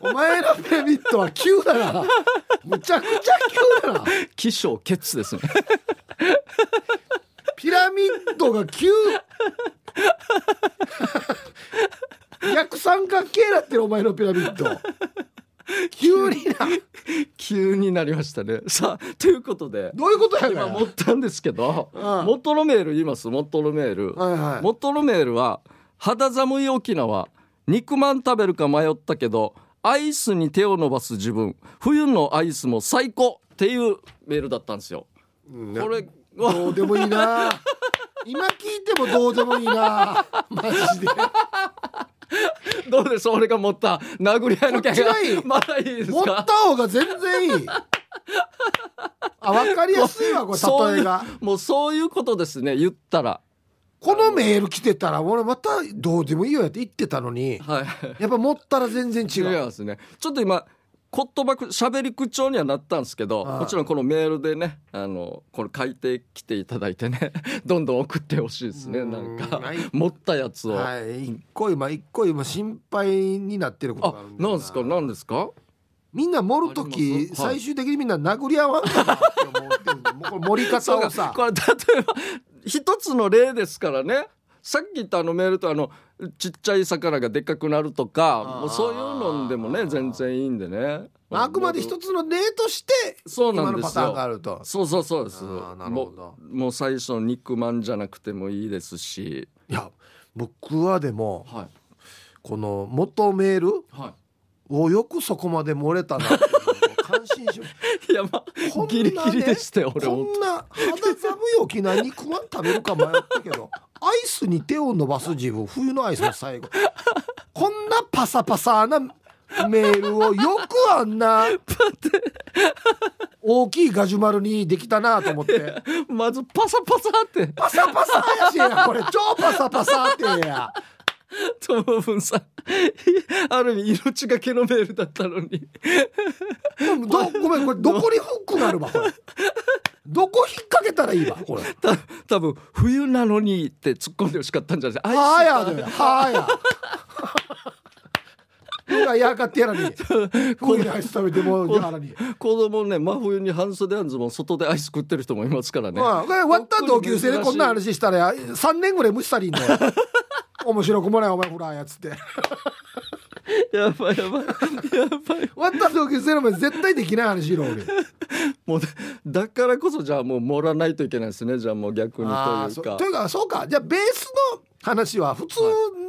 お前のピラミッドは急だなむちゃくちゃ急だな起承ケツですねピラミッドが [laughs] 急逆三角形だってるお前のピラミッド急にな急になりましたねさあということでどういうことやねん今持はったんですけどうん元のメール言います元のメールいはい元のメールは「肌寒い沖縄肉まん食べるか迷ったけどアイスに手を伸ばす自分冬のアイスも最高」っていうメールだったんですよ。うんこれはどうでもいいな今聞いてもどうでもいいなマジでどうでしょう俺が持った殴り合いのこっちがい件いがまだいいです持ったか方が全然いいあ分かりやすいわこそうれいう例えがもうそういうことですね言ったら。このメール来てたら俺またどうでもいいよやって言ってたのにはいやっぱ持ったら全然違違ういますねちょっと今言葉く喋り口調にはなったんですけどはいもちろんこのメールでねあのこれ書いてきていただいてね [laughs] どんどん送ってほしいですねうんなんかはい持ったやつを、はい、一個今一個今心配になってることがああるんだなんですかなんですかみんな盛るとありきますはい最終的にみんな殴り合わんかなって思ってんのもうこれ盛り方をそうかさこれ例えば一つの例ですからねさっき言ったあのメールとあのちっちゃい魚がでっかくなるとかあーもうそういうのでもね全然いいんでねまああくまで一つの例としてそうな今んのですよパターンがあるとそうそうそうですあーなるほどもうもう最初の肉まんじゃなくてもいいですしいや僕はでもはいこの元メールはをよくそこまで盛れたなっていうのを感心しまし [laughs] たい。いやまこんあなねギリギリでしたよ俺こも。んな肌寒い沖縄に食わん食べるか迷ったけどアイスに手を伸ばす自分冬のアイスの最後こんなパサパサなメールをよくあんな大きいガジュマルにできたなと思ってまずパサパサってパサパサやしやこれ超パサパサってやトムブンさん [laughs] ある意味命がけのメールだったのにどごめんこれどこにフックがあるわこれどこ引っ掛けたらいいわこれた多分冬なのにって突っ込んでほしかったんじゃないですはあやではあやうわやかってやらに [laughs] こういうアイス食べてもうやらにか子供ね真冬に半袖半ズボン外でアイス食ってる人もいますからね。まあ終わった同級生でこんな珍しい話したら3年ぐらい無視したりんだよ面白くもないお前ほらやつ [laughs] って終やばいや [laughs] ばいやばいわった同級生の前絶対できない話しろ俺もうだだからこそじゃあもう盛らないといけないですねじゃあもう逆にあーといそうかと。いうかそうかじゃあベースの話は普通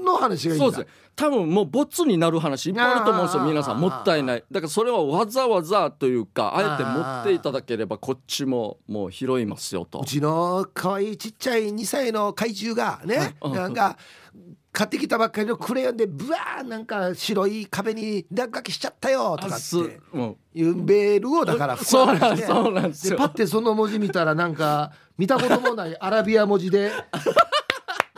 の話がいいんだ、そうですね多分もうボツになる話いっぱいあると思うんですよあー皆さんもったいないだからそれはわざわざというかあえて持っていただければこっちももう拾いますよとうちの可愛いちっちゃい2歳の怪獣がね、うんなんか買ってきたばっかりのクレヨンでブワーなんか白い壁に落書きしちゃったよとかあっすてうんいうメールをだからそう膨なんらませてそうなんですでよ [laughs] パッてその文字見たらなんか見たこともないアラビア文字で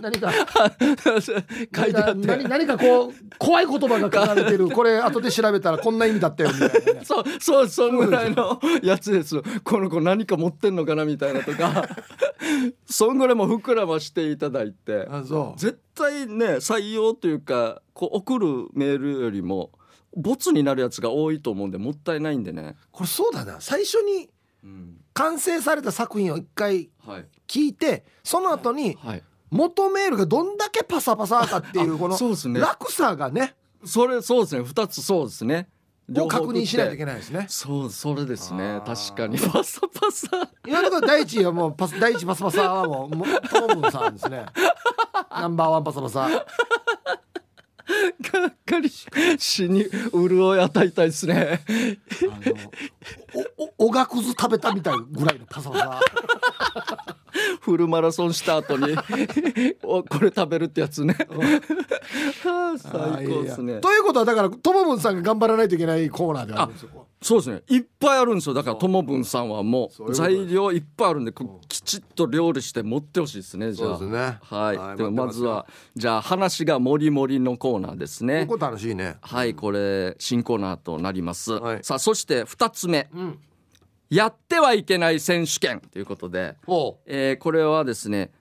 何か書 [laughs] いてあっ何か何て何かこう怖い言葉が書かれてるこれ後で調べたらこんな意味だったよみたいなねそうそうそんぐらいのやつですよこの子何か持ってんのかなみたいなとか [laughs] そんぐらいもう膨らましていただいてあそう絶対ね採用というかこう送るメールよりもボツになるやつが多いと思うんでもったいないんでね、これそうだな最初に完成された作品を一回はい、聞いてその後にはい、元メールがどんだけパサパサかっていうこのそうですね落差がねそれそうですね2つそうですねを確認しないなといいけないですねそうそれですねあー確かにパサパサ今のところ第一はもうパス [laughs] 第一パサパサはもうもうトムさんですねナンバーワンパサパサがっかり死に潤い与えたいですねあのおおおがくず食べたみたいぐらいのパサパサフルマラソンした後 [laughs] におこれ食べるってやつね [laughs] はあ最高ですあいやいやねということはだからトモブンさんが頑張らないといけないコーナーではあるんですよそうですねいっぱいあるんですよだからともぶんさんはもうそういうことです材料いっぱいあるんでこきちっと料理して持ってほしいですねじゃあそうですねはい、はいでは待ってまますずはじゃあ話がもりもりのコーナーですねここ楽しいねはいこれ新コーナーとなります、はいさあそして2つ目、んやってはいけない選手権ということでおうえーこれはですね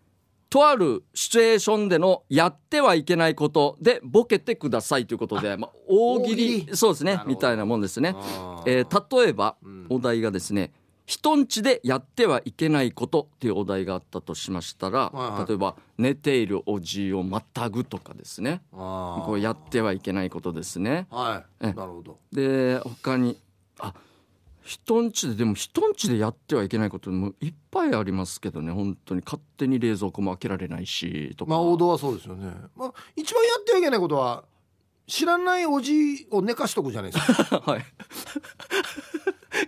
とあるシチュエーションでのやってはいけないことでボケてくださいということで、まあ、大喜利大喜利そうですなるねほどみたいなもんですねあ、ーえー例えば、お題がですね人んちでやってはいけないことっていうお題があったとしましたら、はいはい例えば「寝ているおじいをまたぐ」とかですねあこうやってはいけないことですね。ーはいなえるほどで他にあ人んちででも人んちでやってはいけないこともいっぱいありますけどね本当に勝手に冷蔵庫も開けられないしとか、まあ王道はそうですよねまあ一番やってはいけないことは知らないおじを寝かしとくじゃないです [laughs] か [laughs] はい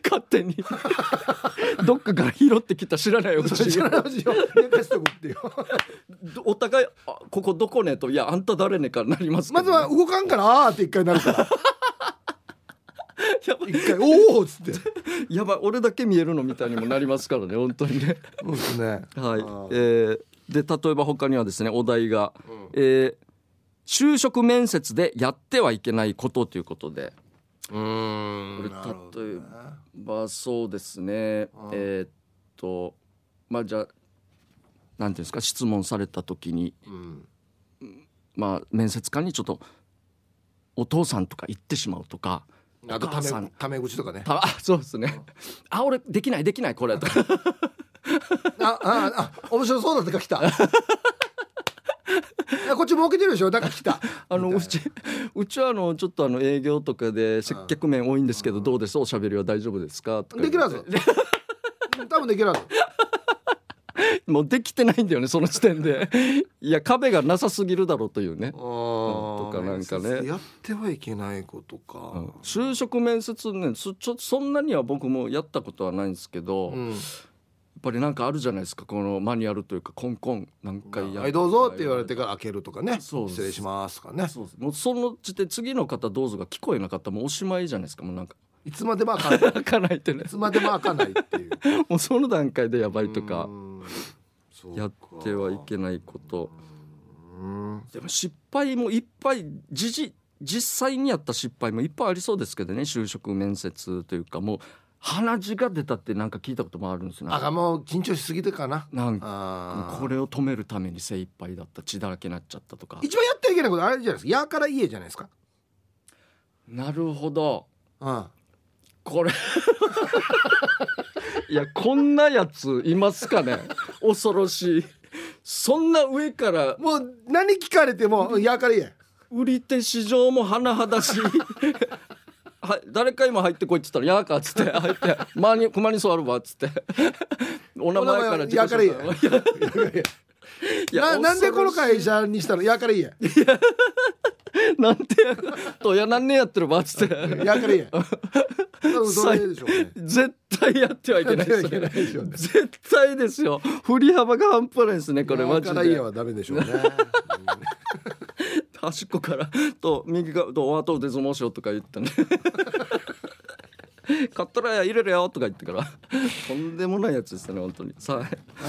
勝手に [laughs] どっかから拾ってきた知らないうち知 [laughs] らないおじを寝かしとくっていうお互いあ「ここどこね?」と「いやあんた誰ね?」からなりますけまどね、ずは動かんからあーって一回 [laughs] なるからやばい一回おおっつってやばい俺だけ見えるのみたいにもなりますからね本当にね。そうですねはいあー、えーで例えば他にはですねお題が、えー就職面接でやってはいけないことということでうーんこれなるほど例えねまあそうですねえーっとまあじゃあなんていうんですか質問された時に、うんまあ、面接官にちょっと「お父さん」とか言ってしまうとか「おあと母さためんため口とかね」たあ [laughs] そうですね「あ俺できないできないこ [laughs] れ」とかあああ面白そうだとか来たいやこっち儲けてるでしょだから来たあのみたいうなちうちはあのちょっとあの営業とかで接客面多いんですけどどうですおしゃべりは大丈夫ですかとかできる言はって [laughs] ず多分できるはずもうできてないんだよねその時点で [laughs] いや壁がなさすぎるだろうというね、ととかなんかねやってはいけないことうかん、就職面接ねそちょそんなには僕もやったことはないんですけど、やっんぱりなんかあるじゃないですかこのマニュアルというかコンコン何回やるはいどうぞって言われてから開けるとかねそう失礼しますとかねそうですもうその時点次の方どうぞが聞こえなかったらもうおしまいじゃないですかもうなんかいつまでも開 [laughs] かない開かないってねいつまでも開かないっていうもうその段階でやばいとかうんそうかやってはいけないこと。うんでも失敗もいっぱいじじ実際にやった失敗もいっぱいありそうですけどね就職面接というかもう鼻血が出たってなんか聞いたこともあるんですよあもう緊張しすぎてかななんかあーこれを止めるために精一杯だった血だらけになっちゃったとか一番やってはいけないことあれじゃないですか「や」から「家」じゃないですかなるほどうんこれ [laughs] いやこんなやついますかね恐ろしいそんな上からもう何聞かれても「や」から「家売り手市場も甚だしい [laughs] はい誰か今入ってこいっつったら「やーか」っつって入って「まに熊に座るわ」っつってお」名お名前か前らは「自己や」から「紹介」家「ななんでこのいや恐ろし会社にしたの「や」から「家」いなんてと「いや何年やってるわ」っつっ「てや」か [laughs] ら「家」多分それでしょうね絶対やってはいけないですやってはいけないでしょうね絶対ですよ振り幅が半端ないですねこれやマージから「家」ではダメでしょう [laughs] ね端っこから [laughs] と右側と「お後で相撲しよう」とか言ったね買ったら入れるよとか言ってからとんでもないやつでしたね本当にさあは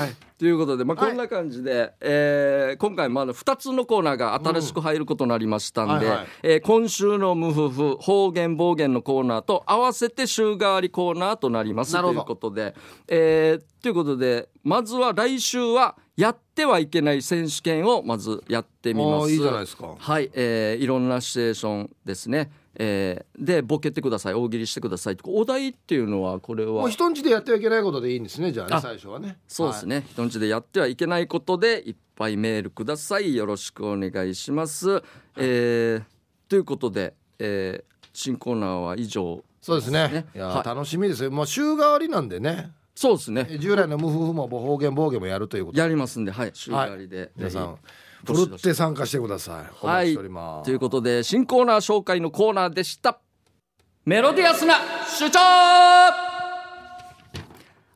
いということで、まあ、はこいんな感じで、えー今回もあの2つのコーナーが新しく入ることになりましたんで、うんはいはいえー今週の「ムフフ」方言暴言のコーナーと合わせて週替わりコーナーとなりますなとるほいどうことで、えーということでまずは来週はやってはいけない選手権をまずやってみまあす。ーいいじゃないですかはい、えーいろんなシチュエーションですね。えーでボケてください大喜利してくださいお題っていうのはこれもはう人んちでやってはいけないことでいいんですねじゃあねあ最初はねそうですね、ね、人んちでやってはいけないことでいっぱいメールくださいよろしくお願いします、えーということで、えー新コーナーは以上そうですねねいや、はい楽しみですよもう週替わりなんでねそうですね従来の無夫婦も方言暴言もやるということでやりますんではい週替わりで、皆さんふどるしどしって参加してくださいおは待ちしいております、ということで新コーナー紹介のコーナーでしたメロディアスな主張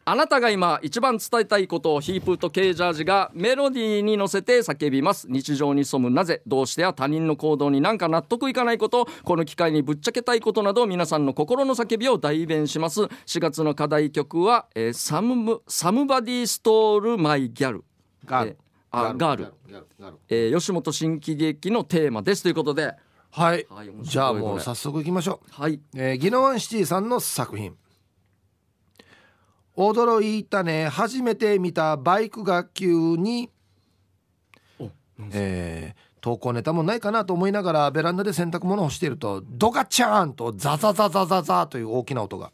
あなたが今一番伝えたいことをヒープーとケージャージがメロディーに乗せて叫びます日常に潜むなぜどうしてや他人の行動になんか納得いかないことこの機会にぶっちゃけたいことなど皆さんの心の叫びを代弁します4月の課題曲は、えーサム「サムバディストールマイギャル」ガールえーあガールガールガールえー吉本新喜劇のテーマですということではい、はい面白いじゃあこれもう早速いきましょうはいえー、ギノワンシティさんの作品驚いたね初めて見たバイクが急にお、えー投稿ネタもないかなと思いながらベランダで洗濯物を干しているとドガチャーンとザザザザザザという大きな音が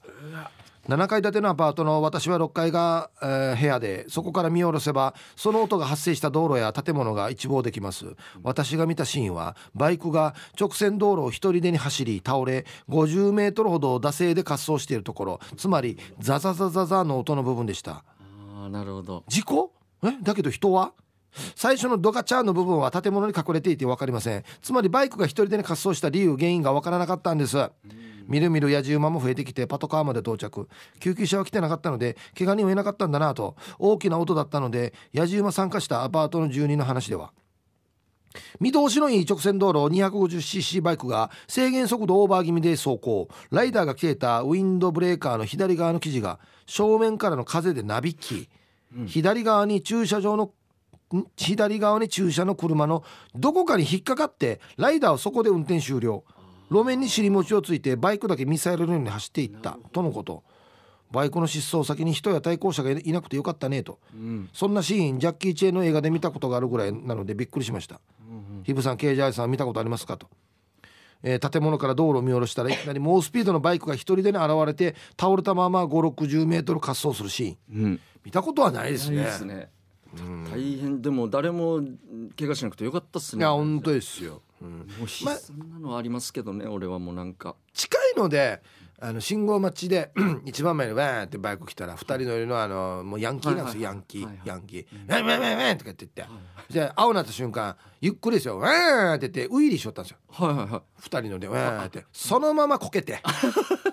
7階建てのアパートの私は6階が、えー部屋でそこから見下ろせばその音が発生した道路や建物が一望できます私が見たシーンはバイクが直線道路を一人でに走り倒れ50メートルほど惰性で滑走しているところつまりザザザザザの音の部分でしたああなるほど事故えだけど人は最初のドカチャーの部分は建物に隠れていて分かりませんつまりバイクが一人でに滑走した理由原因が分からなかったんですみるみる野じ馬も増えてきてパトカーまで到着救急車は来てなかったので怪我人はいなかったんだなと大きな音だったので野じ馬参加したアパートの住人の話では見通しのいい直線道路を 250cc バイクが制限速度オーバー気味で走行ライダーが消えたウィンドブレーカーの左側の生地が正面からの風でなびき左側に駐車場のん左側に駐車の車のどこかに引っかかってライダーをそこで運転終了路面に尻餅をついてバイクだけミサイルのように走っていったとのことバイクの失踪先に人や対向車がいなくてよかったねとうんそんなシーンジャッキー・チェーンの映画で見たことがあるぐらいなのでびっくりしましたヒブさんケージアイさん見たことありますかと、えー建物から道路を見下ろしたらいきなり猛スピードのバイクが一人でに現れて倒れたまま5 6 0メートル滑走するシーンうん見たことはないですいいねですね大変でも誰も怪我しなくてよかったっすいねや本当ですよ、うんもう悲惨なのはありますけどね俺はもうなんか近いのであの信号待ちで [clears throat] 一番前にワーンってバイク来たら二人乗りのあのもうヤンキーなんですよヤはいはいンキーはいはいヤンキー「ワンワンワンワン」とか言って言ってじゃあ青になった瞬間ゆっくりですよ「ワーン」って言ってウイリーしよったんですよはいはいは二人乗りで「ワーン」ってそのままこけて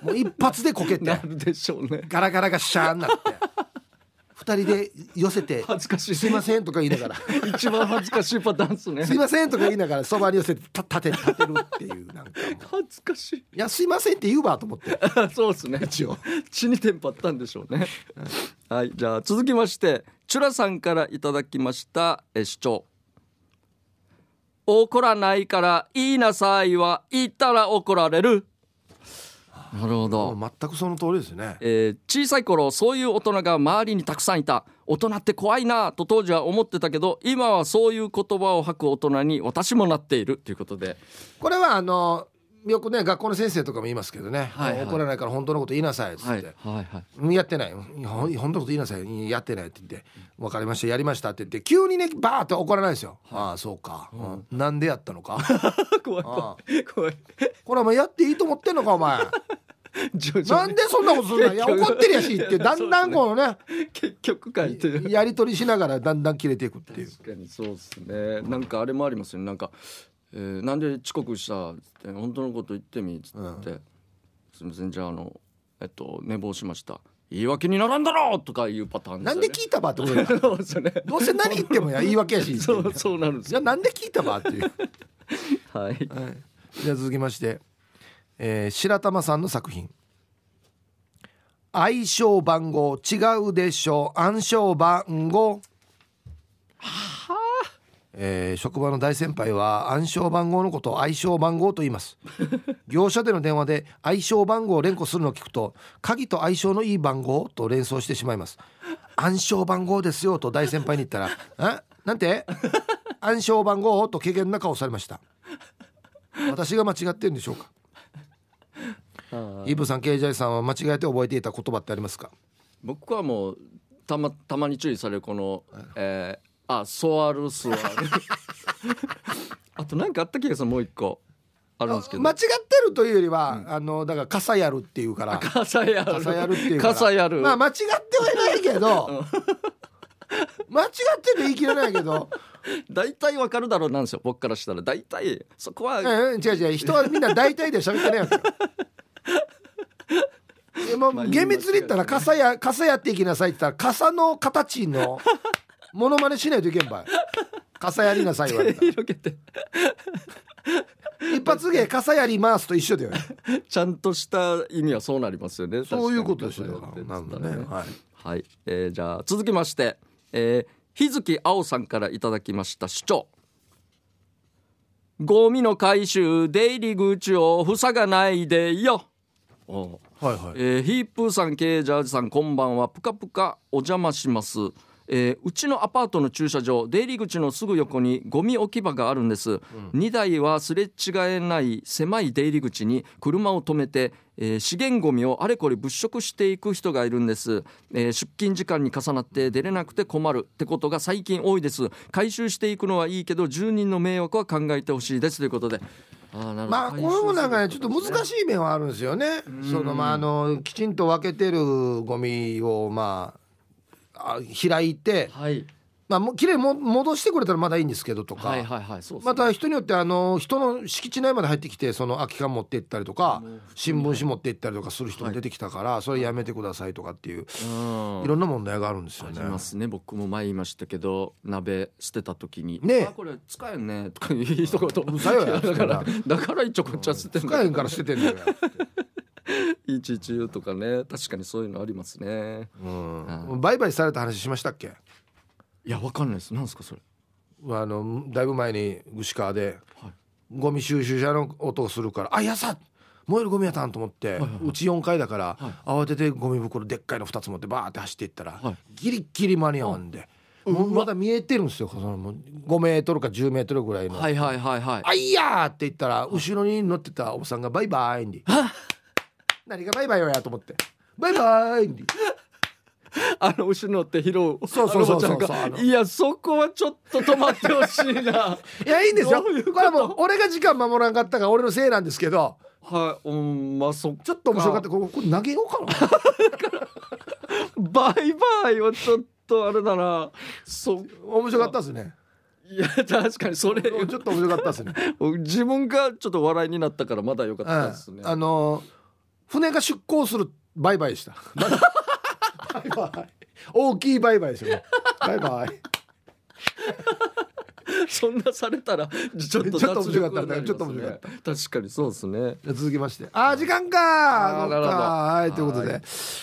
もう一発でこけい [laughs] なてるでしょうねガラガラがシャーンなって二人で寄せて恥ずかし「いすいません」とか言いながら「一番恥ずかしいパターンっすねすいません」とか言いながらそばに寄せてた立て立てるっていうなんかもう恥ずかしいいやすいませんって言うわと思って [laughs] そうですね一応血にテンパったんでしょうね [laughs] はいじゃあ続きましてチュラさんからいただきましたえー主張怒らないから言いなさいは言ったら怒られるなるほどもう全くその通りですねえー小さい頃そういう大人が周りにたくさんいた大人って怖いなぁと当時は思ってたけど今はそういう言葉を吐く大人に私もなっているということでこれはあのよくね学校の先生とかも言いますけどね、はいはい怒らないから本当のこと言いなさいっつって、はいはいはいうんやってないうんほん本当のこと言いなさいやってないって言って分かりましたやりましたって言って急にねバーって怒らないですよ、ああそうか、うんなんでやったのか [laughs] 怖いああ怖い怖いこれはもうやっていいと思ってんの [laughs] かお前徐 [laughs] 々になんでそんなことするのいや怒ってるやしってだんだんこのね [laughs] 結局書いてるやり取りしながらだんだん切れていくっていう確かにそうですねなんかあれもありますよねなんか、えーなんで遅刻した?」って「本当のこと言ってみ」っつって「すみませんじゃああのえっと寝坊しました」「言い訳にならんだろ!」とかいうパターンなんでです聞いたばってことだよよねそうですよねどうせ何言ってもや言い訳やしっていそううそうなるんですじゃよあなんで聞いたばっていうはいはい、じゃあ続きまして、えー白玉さんの作品「相性番号違うでしょう暗証番号えー職場の大先輩は暗証番号のことを相性番号と言います業者での電話で相性番号を連呼するのを聞くと鍵と相性のいい番号と連想してしまいます暗証番号ですよと大先輩に言ったら「あなんて暗証番号?」と軽減な顔をされました私が間違ってるんでしょうかイブさん、ケイジャイさんは間違えて覚えていた言葉ってありますか。僕はもうたまたまに注意されるこの、えー、あソアルスワルあと何かあった気がするもう一個あるんですけど間違ってるというよりは、あの、だから、傘やるっていうか [laughs] ら。傘やる傘やるっていうから。傘やる、まあ、間違ってはいないけ [laughs] ど。間違ってると言い切れないけど、大体わかるだろうなんですよ僕からしたら大体そこ [laughs] は、うんうん違う違う、人はみんな大体で喋っ [laughs] てないわけよ。でもまあ厳密に言った言らい傘や傘やっていきなさいって言ったら傘の形のモノマネしないといけ [laughs] んばい傘やりなさい言われたら広げて一発芸傘やりますと一緒 [laughs] だよねちゃんとした意味はそうなりますよねそういうことです確よ。かになるほどね。はい。はい、えーじゃあ続きまして、えー、日月青さんからいただきました主張ゴミの回収出入り口を塞がないでよおーはいはい。えーヒープーさんケージャージさんこんばんはぷかぷかお邪魔します、えーうちのアパートの駐車場出入り口のすぐ横にゴミ置き場があるんです、2台はすれ違えない狭い出入り口に車を止めて、えー資源ゴミをあれこれ物色していく人がいるんです、えー出勤時間に重なって出れなくて困るってことが最近多いです回収していくのはいいけど住人の迷惑は考えてほしいですということであーなるほどまあこれもなんかねちょっと難しい面はあるんですよね。そのまああのきちんと分けてるゴミをまああ開いて、はいまあもうきれいにも戻してくれたらまだいいんですけどとか。はいはいはいそうですねまた人によってあの人の敷地内まで入ってきてその空き缶持って行ったりとか新聞紙持って行ったりとかする人も出てきたからそれやめてくださいとかっていううんいろんな問題があるんですよねあり。ますね僕も前言いましたけど鍋捨てた時に「ねえあこれ使えんね」とかいう一言うるさいわよいやだからそんだから一応こっちは捨てん使だえへんから捨ててんだよ。いちいち言うとかね確かにそういうのありますねうん、売買された話しましたっけいやわかんないですなんですかそれあのだいぶ前に串川で、はいゴミ収集車の音をするから「あやさ燃えるゴミやったん」と思って、はいはいうち4階だから、慌ててゴミ袋でっかいの2つ持ってバーって走っていったら、はいギリギリ間に合わんで、もうまだ見えてるんですよそのもう5メートルか10メートルぐらいの「はいはいはいはいあいや!」って言ったら後ろに乗ってたおばさんが「バイバイ」に「何がバイバイよや」と思って「バイバイ」にあの後ろ乗って拾うそうそうそうそうあのおばちゃんがあのいやそこはちょっと止まってほしいな [laughs] いやいいんですよどういうことこれはもう俺が時間守らんかったから俺のせいなんですけどはいうんまあそちょっと面白かったこれこれ投げようか [laughs] なバイバイはちょっとあれだなそ面白かったですねいや確かにそれちょっと面白かったですね、自分がちょっと笑いになったからまだ良かっうたですねん、。あのー船が出港するバイバイしたバイバイ大きいバイバイですよバイバイそんなされたらちょっとちょっと面白かったね脱力になりますねちょっと面白かっ確かにそうですね。続きましてあー時間かあーそっかなはるいほとどいうことで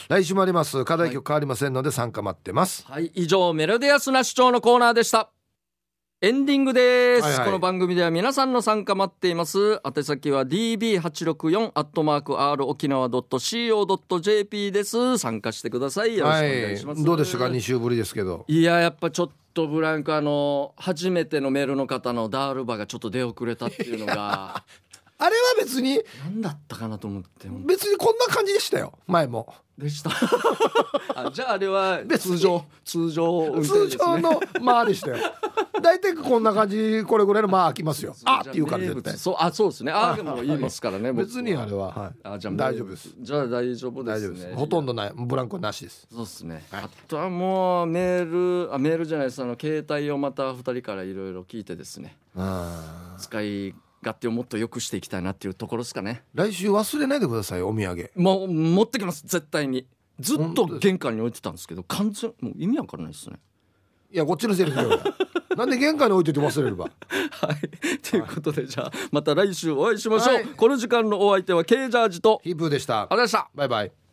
来週もあります課題曲変わりませんので参加待ってますはい以上メロディアスな主張のコーナーでした。エンディングです、はいはいこの番組では皆さんの参加待っています宛先は db864 アットマーク r 沖縄 .co.jp です参加してくださいよろしくお願いします、どうでしたか2週ぶりですけどいややっぱちょっとブランクあの初めてのメールの方のダールバがちょっと出遅れたっていうのがあれは別に何だったかなと思って別にこんな感じでしたよ前もでした [laughs] あじゃああれ [laughs] は別に通常通常運転通です、ね、常の間でしたよ大体こんな感じこれぐらいの間開きますよあっていう感じ絶対そうあそうですねあーでも言いますからね僕別にあれは、はい、あじゃあ大丈夫ですじゃあ大丈夫で大す丈夫でねすほとんどないブランコなしですそうですね、あとはもうメールあメールじゃないですあの携帯をまた二人からいろいろ聞いてですね使い勝手をもっと良くしていきたいなっていうところですかね来週忘れないでくださいお土産もう持ってきます絶対にずっ本当ですと玄関に置いてたんですけど完全もう意味わからないですねいやこっちのセリフだよ [laughs] 俺なんで玄関に置いといて忘れればはい、ということで、じゃあ、また来週お会いしましょう。はいこの時間のお相手は、ケイジャージと、ヒープーでしあたりがとうございました。バイバイ